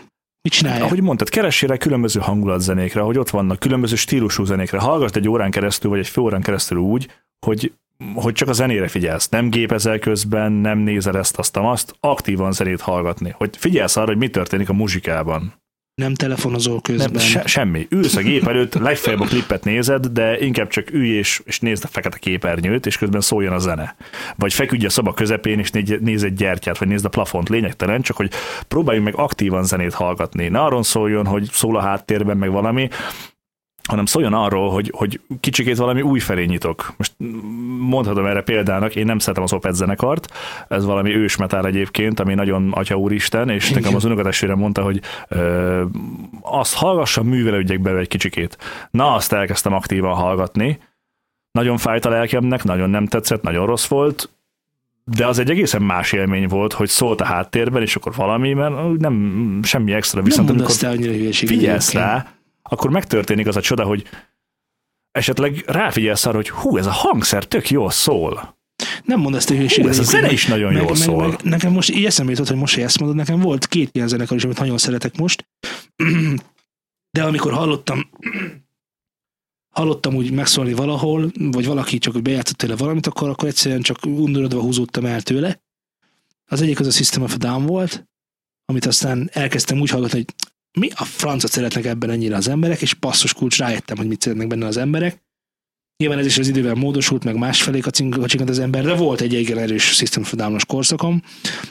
Speaker 1: Mit csinálják?
Speaker 3: Ahogy mondtad, keressél rá különböző hangulatzenékre, hogy ott vannak különböző stílusú zenékre. Hallgass egy órán keresztül, vagy egy fél órán keresztül úgy, hogy hogy csak a zenére figyelsz, nem gépezel közben, nem nézel ezt, azt, azt, aktívan zenét hallgatni, hogy figyelsz arra, hogy mi történik a muzsikában.
Speaker 1: Nem telefonozol közben.
Speaker 3: Nem, se, semmi. Ülsz a gép előtt, legfeljebb a klippet nézed, de inkább csak ülj és, és nézd a fekete képernyőt, és közben szóljon a zene. Vagy feküdj a szoba közepén, és négy- nézd egy gyertyát, vagy nézd a plafont. Lényegtelen, csak hogy próbáljunk meg aktívan zenét hallgatni. Ne arról szóljon, hogy szól a háttérben, meg valami, hanem szóljon arról, hogy, hogy kicsikét valami új felé nyitok. Most mondhatom erre példának, én nem szeretem az Opet zenekart, ez valami ősmetál egyébként, ami nagyon atya úristen, és nekem az unokatestvérem mondta, hogy ö, azt hallgassam, művelődjek belőle egy kicsikét. Na, azt elkezdtem aktívan hallgatni, nagyon fájt a lelkemnek, nagyon nem tetszett, nagyon rossz volt, de az egy egészen más élmény volt, hogy szólt a háttérben, és akkor valami, mert úgy nem semmi extra.
Speaker 1: nem
Speaker 3: Viszont amikor
Speaker 1: mondasz te annyira hülyeséget.
Speaker 3: figyelsz
Speaker 1: egyébként.
Speaker 3: rá, akkor megtörténik az a csoda, hogy esetleg ráfigyelsz arra, hogy hú, ez a hangszer tök jól szól.
Speaker 1: Nem mondasz te
Speaker 3: Hú,
Speaker 1: hülyeséget.
Speaker 3: ez a
Speaker 1: egyébként.
Speaker 3: zene is nagyon
Speaker 1: meg,
Speaker 3: jól
Speaker 1: meg,
Speaker 3: szól.
Speaker 1: Meg, nekem most így eszembe jutott, hogy most, hogy ezt mondod, nekem volt két ilyen zenekar is, amit nagyon szeretek most, de amikor hallottam hallottam úgy megszólni valahol, vagy valaki csak úgy bejátszott tőle valamit, akkor, akkor egyszerűen csak undorodva húzódtam el tőle. Az egyik az a System of a Down volt, amit aztán elkezdtem úgy hallgatni, hogy mi a francot szeretnek ebben ennyire az emberek, és passzus kulcs rájöttem, hogy mit szeretnek benne az emberek. Nyilván ez is az idővel módosult, meg másfelé kacink- kacsinkant az ember, de volt egy igen erős System of a Down-os korszakom.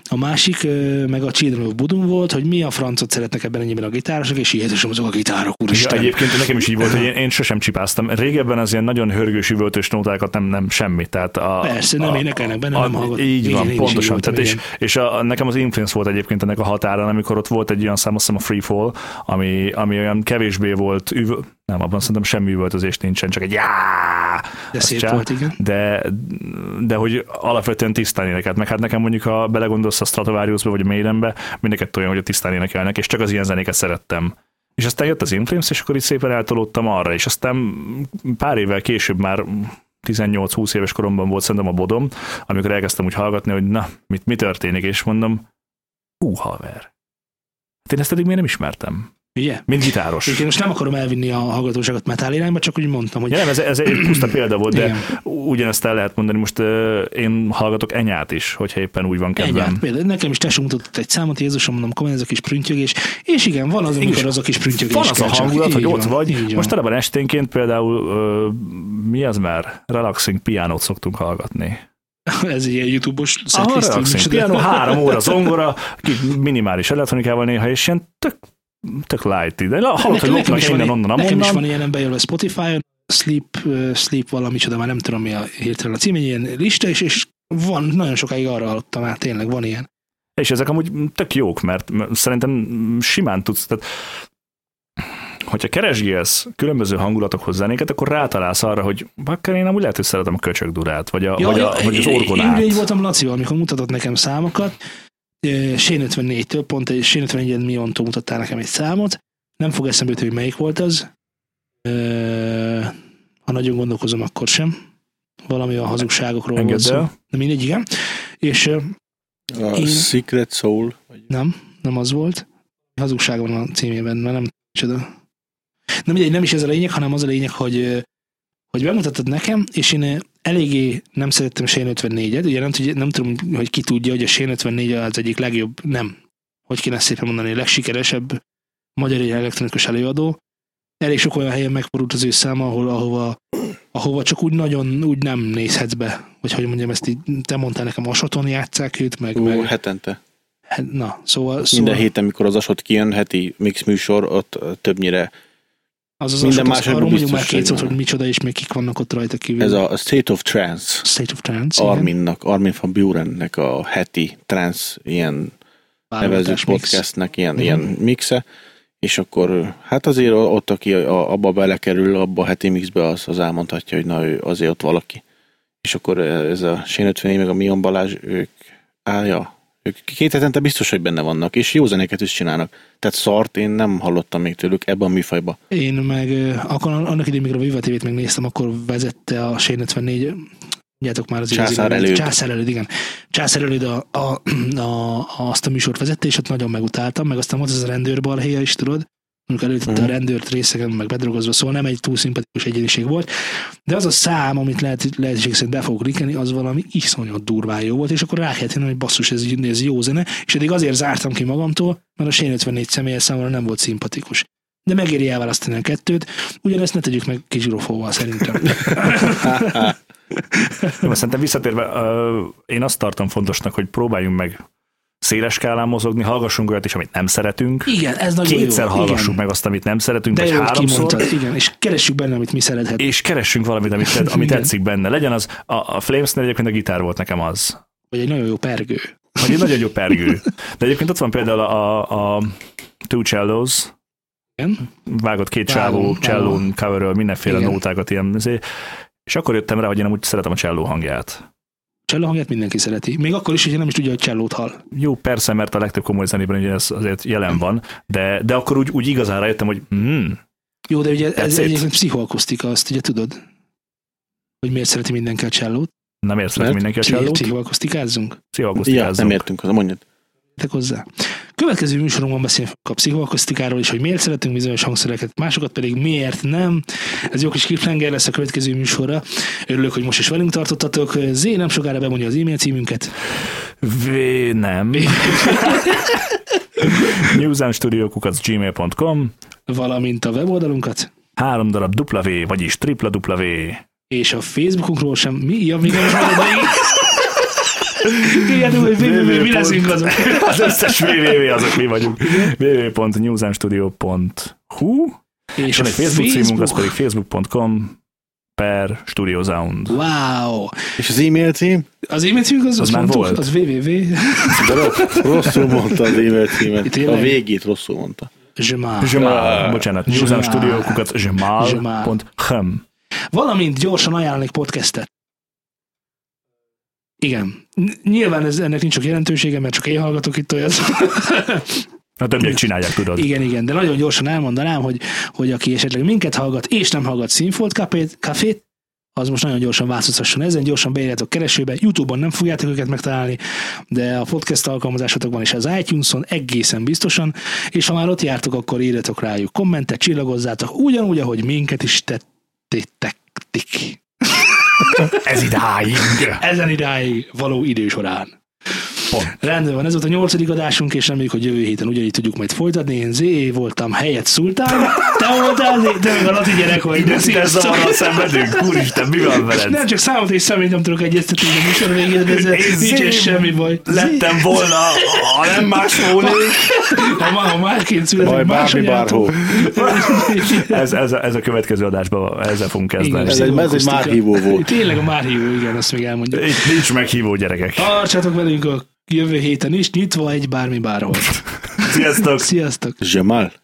Speaker 1: A másik, ö, meg a Children of Budum volt, hogy mi a francot szeretnek ebben ennyiben a gitárosok, és Jézusom, azok a gitárok,
Speaker 3: Ja,
Speaker 1: úristen.
Speaker 3: egyébként nekem is így volt, hogy én, én sosem csipáztam. Régebben az ilyen nagyon hörgős, üvöltős nótákat nem, nem semmi. Tehát a,
Speaker 1: Persze, nem énekelnek benne, nem hallgatnak.
Speaker 3: Így
Speaker 1: Igen,
Speaker 3: van,
Speaker 1: én is így
Speaker 3: pontosan.
Speaker 1: voltam,
Speaker 3: Tehát és,
Speaker 1: igen.
Speaker 3: és a, nekem az Influence volt egyébként ennek a határán, amikor ott volt egy olyan szám, azt hiszem a Free Fall, ami, ami olyan kevésbé volt, üvö... nem, abban szerintem semmi üvöltözés nincsen, csak egy jáááá.
Speaker 1: De
Speaker 3: Azt
Speaker 1: szép
Speaker 3: csá-
Speaker 1: volt, igen.
Speaker 3: de, de hogy alapvetően tisztán énekelt. Meg hát nekem mondjuk, ha belegondolsz a Stratovariusba vagy a Maidenbe, mind a kettő olyan, hogy a tisztán énekelnek, és csak az ilyen zenéket szerettem. És aztán jött az Inflames, és akkor itt szépen eltolódtam arra, és aztán pár évvel később már 18-20 éves koromban volt szerintem a bodom, amikor elkezdtem úgy hallgatni, hogy na, mit, mi történik, és mondom, hú, haver. Hát én ezt eddig még nem ismertem.
Speaker 1: Ugye?
Speaker 3: Mint gitáros.
Speaker 1: Én most nem akarom elvinni a hallgatóságot metal irányba, csak úgy mondtam, hogy
Speaker 3: Ja, nem, ez, ez egy puszta példa volt, de
Speaker 1: Igen.
Speaker 3: ugyanezt el lehet mondani, most ö, én hallgatok enyát is, hogyha éppen úgy van
Speaker 1: Egyáltalán.
Speaker 3: kedvem.
Speaker 1: Például nekem is tesó mutatott egy számot, Jézusom, mondom, komolyan ez a kis prüntjögés, és igen, van az, amikor az a kis prüntjögés
Speaker 3: Van az a
Speaker 1: kell csak.
Speaker 3: hangulat, hogy
Speaker 1: Így
Speaker 3: ott
Speaker 1: van,
Speaker 3: vagy.
Speaker 1: így
Speaker 3: Most
Speaker 1: van.
Speaker 3: talában esténként például ö, mi az már? Relaxing pianót szoktunk hallgatni.
Speaker 1: Ez egy ilyen YouTube-os
Speaker 3: Aha,
Speaker 1: szekliszt,
Speaker 3: relaxing
Speaker 1: micsoda.
Speaker 3: piano, hát három óra zongora, ki- minimális elektronikával néha, és ilyen tök, tök light. De hallott,
Speaker 1: Nekem-
Speaker 3: hogy
Speaker 1: nekem
Speaker 3: lopnak
Speaker 1: is van
Speaker 3: innen,
Speaker 1: ilyen-
Speaker 3: onnan,
Speaker 1: Nekem is van
Speaker 3: amonnan.
Speaker 1: ilyen nem bejelölve Spotify-on, Sleep, ö, Sleep valami csoda, már nem tudom mi a hirtelen a cím, egy ilyen lista, és, és van, nagyon sokáig arra hallottam már, tényleg van ilyen.
Speaker 3: És ezek amúgy tök jók, mert mert szerintem simán tudsz, tehát hogyha keresgélsz különböző hangulatokhoz zenéket, akkor rátalálsz arra, hogy bakker, én amúgy lehet, hogy szeretem a köcsögdurát, vagy, a, vagy, a, vagy az
Speaker 1: Én ugye így
Speaker 3: orgonát.
Speaker 1: voltam Lacival, amikor mutatott nekem számokat, ö, Sén 54-től, pont egy Sén 54 Miontól mutattál nekem egy számot, nem fog eszembe jutni, hogy melyik volt az. Ö, Ha nagyon gondolkozom, akkor sem. Valami a hazugságokról volt
Speaker 3: Engedd
Speaker 1: szó.
Speaker 3: el.
Speaker 1: De mindegy, igen. És ö,
Speaker 4: A
Speaker 1: Én-
Speaker 4: Secret Soul. vagy-
Speaker 1: Nem, nem az volt. Hazugság van a címében, mert nem csoda. Na mindegy, nem is ez a lényeg, hanem az a lényeg, hogy, ö, hogy bemutattad nekem, és én ö, eléggé nem szerettem Sén 54-et, ugye nem, tudja, nem tudom, hogy ki tudja, hogy a Sén 54 az egyik legjobb, nem, hogy kéne ezt szépen mondani, legsikeresebb magyar ilyen elektronikus előadó. Elég sok olyan helyen megfordult az ő száma, ahol, ahova, ahova csak úgy nagyon úgy nem nézhetsz be. Vagy hogy mondjam, ezt így, te mondtál nekem, Asaton játszák őt, meg,
Speaker 4: Ú,
Speaker 1: meg
Speaker 4: hetente.
Speaker 1: Hát, Na, szóval, szóval
Speaker 4: Minden héten, amikor az asot kijön, heti mix műsor, ott ö, többnyire
Speaker 1: az az
Speaker 4: minden
Speaker 1: minden más
Speaker 4: másodban
Speaker 1: arról mondjuk
Speaker 4: biztos,
Speaker 1: már két
Speaker 4: hogy
Speaker 1: szót,
Speaker 4: van.
Speaker 1: hogy micsoda és még kik vannak ott rajta kívül.
Speaker 4: ez a State of Trance.
Speaker 1: State of Trance. Mm. igen.
Speaker 4: Arminnak, Armin van Burennek a heti trance ilyen
Speaker 1: Válogatás
Speaker 4: nevező
Speaker 1: mix.
Speaker 4: podcastnek ilyen,
Speaker 1: Mhm.
Speaker 4: ilyen mixe, és akkor hát azért ott, aki a, abba belekerül, abba a heti mixbe, az, az elmondhatja, hogy na ő azért ott valaki. És akkor ez a Sén 54, meg a Mion Balázs, ők állja. Ők két hetente biztos, hogy benne vannak, és jó zenéket is csinálnak. Tehát szart én nem hallottam még tőlük ebben a műfajban.
Speaker 1: Én meg ö, akkor annak idején, mikor a Viva TV-t megnéztem, akkor vezette a Sén 54 Mondjátok már az igazi
Speaker 4: Császár
Speaker 1: nevet.
Speaker 4: előd.
Speaker 1: Császár előd, igen. Császár előd a, a, a, azt a műsort vezette, és ott nagyon megutáltam, meg aztán volt ez a rendőr balhéja is, tudod, amikor előtt uh-huh. a
Speaker 4: Mhm.
Speaker 1: rendőrt részegen meg bedrogozva, szóval nem egy túl szimpatikus egyéniség volt, de az a szám, amit lehet, lehetőség szerint be fogok linkeni, az valami iszonyat durván jó volt, és akkor rá kellett jönni, hogy basszus, ez, ez jó zene, és eddig azért zártam ki magamtól, mert a Sén 54 személyes számomra nem volt szimpatikus. De megéri elválasztani a kettőt, ugyanezt ne tegyük meg kizsirofóval szerintem.
Speaker 3: Jó, mert Szerintem visszatérve, ö, én azt tartom fontosnak, hogy próbáljunk meg széles skálán mozogni, hallgassunk olyat is, amit nem szeretünk.
Speaker 1: Igen, ez nagyon
Speaker 3: Kétszer
Speaker 1: jó.
Speaker 3: hallgassuk
Speaker 1: igen.
Speaker 3: meg azt, amit nem szeretünk,
Speaker 1: De
Speaker 3: vagy
Speaker 1: jó, hogy
Speaker 3: háromszor.
Speaker 1: kimondtad, igen, és keressük benne, amit mi szerethetünk.
Speaker 3: és keressünk valamit, amit, tet, ami
Speaker 1: Igen.
Speaker 3: tetszik benne. Legyen az, a, a Flames-nél egyébként a gitár volt nekem az.
Speaker 1: Vagy egy nagyon jó pergő.
Speaker 3: Vagy egy nagyon jó pergő. De egyébként ott van például a, a, a Two Cellos, Mhm.
Speaker 1: Igen?
Speaker 3: vágott két
Speaker 1: Vágom,
Speaker 3: csávó
Speaker 1: vágom.
Speaker 3: csellón coverről mindenféle
Speaker 1: Igen.
Speaker 3: Igen. nótákat, ilyen izé. És akkor jöttem rá, hogy én amúgy szeretem a cselló hangját.
Speaker 1: Cselló hangját mindenki szereti. Még akkor is, hogyha nem is tudja, hogy csellót hall.
Speaker 3: Jó, persze, mert a legtöbb komoly zenében ugye ez azért jelen van, de, de akkor úgy, úgy igazán rájöttem, hogy hmm,
Speaker 1: Jó, de ugye ez
Speaker 3: That's it.
Speaker 1: egyébként pszichoakusztika, azt ugye tudod? Hogy miért szereti mindenki a csellót?
Speaker 3: nem értem
Speaker 4: Mert
Speaker 3: mindenki a
Speaker 1: Pszichi-
Speaker 3: csellót,
Speaker 1: Pszichoakusztikázzunk?
Speaker 4: ja, nem
Speaker 3: pszichoakusztikázzunk.
Speaker 4: értünk hozzá, mondjad.
Speaker 1: Tek hozzá. Következő műsorunkban beszélünk a pszichoakusztikáról is, hogy miért szeretünk bizonyos hangszereket, másokat pedig miért nem. Ez jó kis cliffhanger lesz a következő műsorra. Örülök, hogy most is velünk tartottatok. Z nem sokára bemondja az e-mail címünket.
Speaker 3: V nem. newsoundstudio.gmail.com
Speaker 1: valamint a weboldalunkat,
Speaker 3: Három darab dupla V, vagyis tripla dupla V.
Speaker 1: és a Facebookunkról sem. Mi? Ja, még nem is mondod, igen. Igen, hogy mi- mi- mi leszünk azok.
Speaker 3: Az összes www azok mi vagyunk. www.newsoundstudio.hu
Speaker 1: És
Speaker 3: És van
Speaker 1: a
Speaker 3: egy Facebook címunk, az pedig
Speaker 1: Facebook.
Speaker 3: facebook.com per Studio Sound.
Speaker 1: Wow!
Speaker 4: És az e-mail cím?
Speaker 1: Az e-mail címünk az, az,
Speaker 3: már
Speaker 1: mondtuk,
Speaker 3: volt.
Speaker 1: az www.
Speaker 4: De rossz, rosszul mondta az e-mail címet.
Speaker 1: Tényleg?
Speaker 4: A végét rosszul mondta.
Speaker 1: Zsemá.
Speaker 3: Zsemál, bocsánat,
Speaker 1: Zsemál.
Speaker 3: newsoundstudio.hu
Speaker 1: Zsemál.
Speaker 3: zsemál.hm.
Speaker 1: Valamint gyorsan ajánlanék podcastet. Igen. N- Nyilván ez, ennek nincs sok jelentősége, mert csak én hallgatok itt olyat.
Speaker 3: A többiek csinálják, tudod.
Speaker 1: Igen, igen, de nagyon gyorsan elmondanám, hogy, hogy aki esetleg minket hallgat, és nem hallgat Színfolt kafét, kafét, az most nagyon gyorsan változtasson ezen, gyorsan beírjátok keresőbe, Youtube-on nem fogjátok őket megtalálni, de a podcast alkalmazásotokban és az iTunes-on egészen biztosan, és ha már ott jártok, akkor írjatok rájuk kommentet, csillagozzátok, ugyanúgy, ahogy minket is tettétek. tik.
Speaker 3: Ez idáig.
Speaker 1: Ezen idáig való idő során.
Speaker 3: Pont.
Speaker 1: Rendben van, ez volt a nyolcadik adásunk, és reméljük, hogy jövő héten ugyanígy tudjuk majd folytatni. Én Zé voltam, helyett szultán, te voltál Zé, te meg a lati gyerek vagy.
Speaker 3: De szinte
Speaker 1: Sziasztok!
Speaker 3: zavar a szenvedünk. Úristen, mi van veled?
Speaker 1: Nem csak számot és személyt nem tudok egyeztetni a műsor végén, de
Speaker 3: Én
Speaker 1: ez nincs
Speaker 3: Zé
Speaker 1: ez semmi baj.
Speaker 3: Lettem volna, ha nem más volnék.
Speaker 1: Ha már, ha másként
Speaker 4: Baj,
Speaker 1: születek,
Speaker 4: bármi, bárhol.
Speaker 3: Ez, ez, a- ez a következő adásban ezzel fogunk kezdeni.
Speaker 4: Ez egy- ez egy márhívó volt.
Speaker 1: Tényleg a márhívó, igen, azt még elmondjuk.
Speaker 3: Itt nincs meghívó gyerekek.
Speaker 1: Tartsatok velünk a jövő héten is, nyitva egy bármi bárhol.
Speaker 3: Sziasztok!
Speaker 1: Sziasztok!
Speaker 4: Jamal.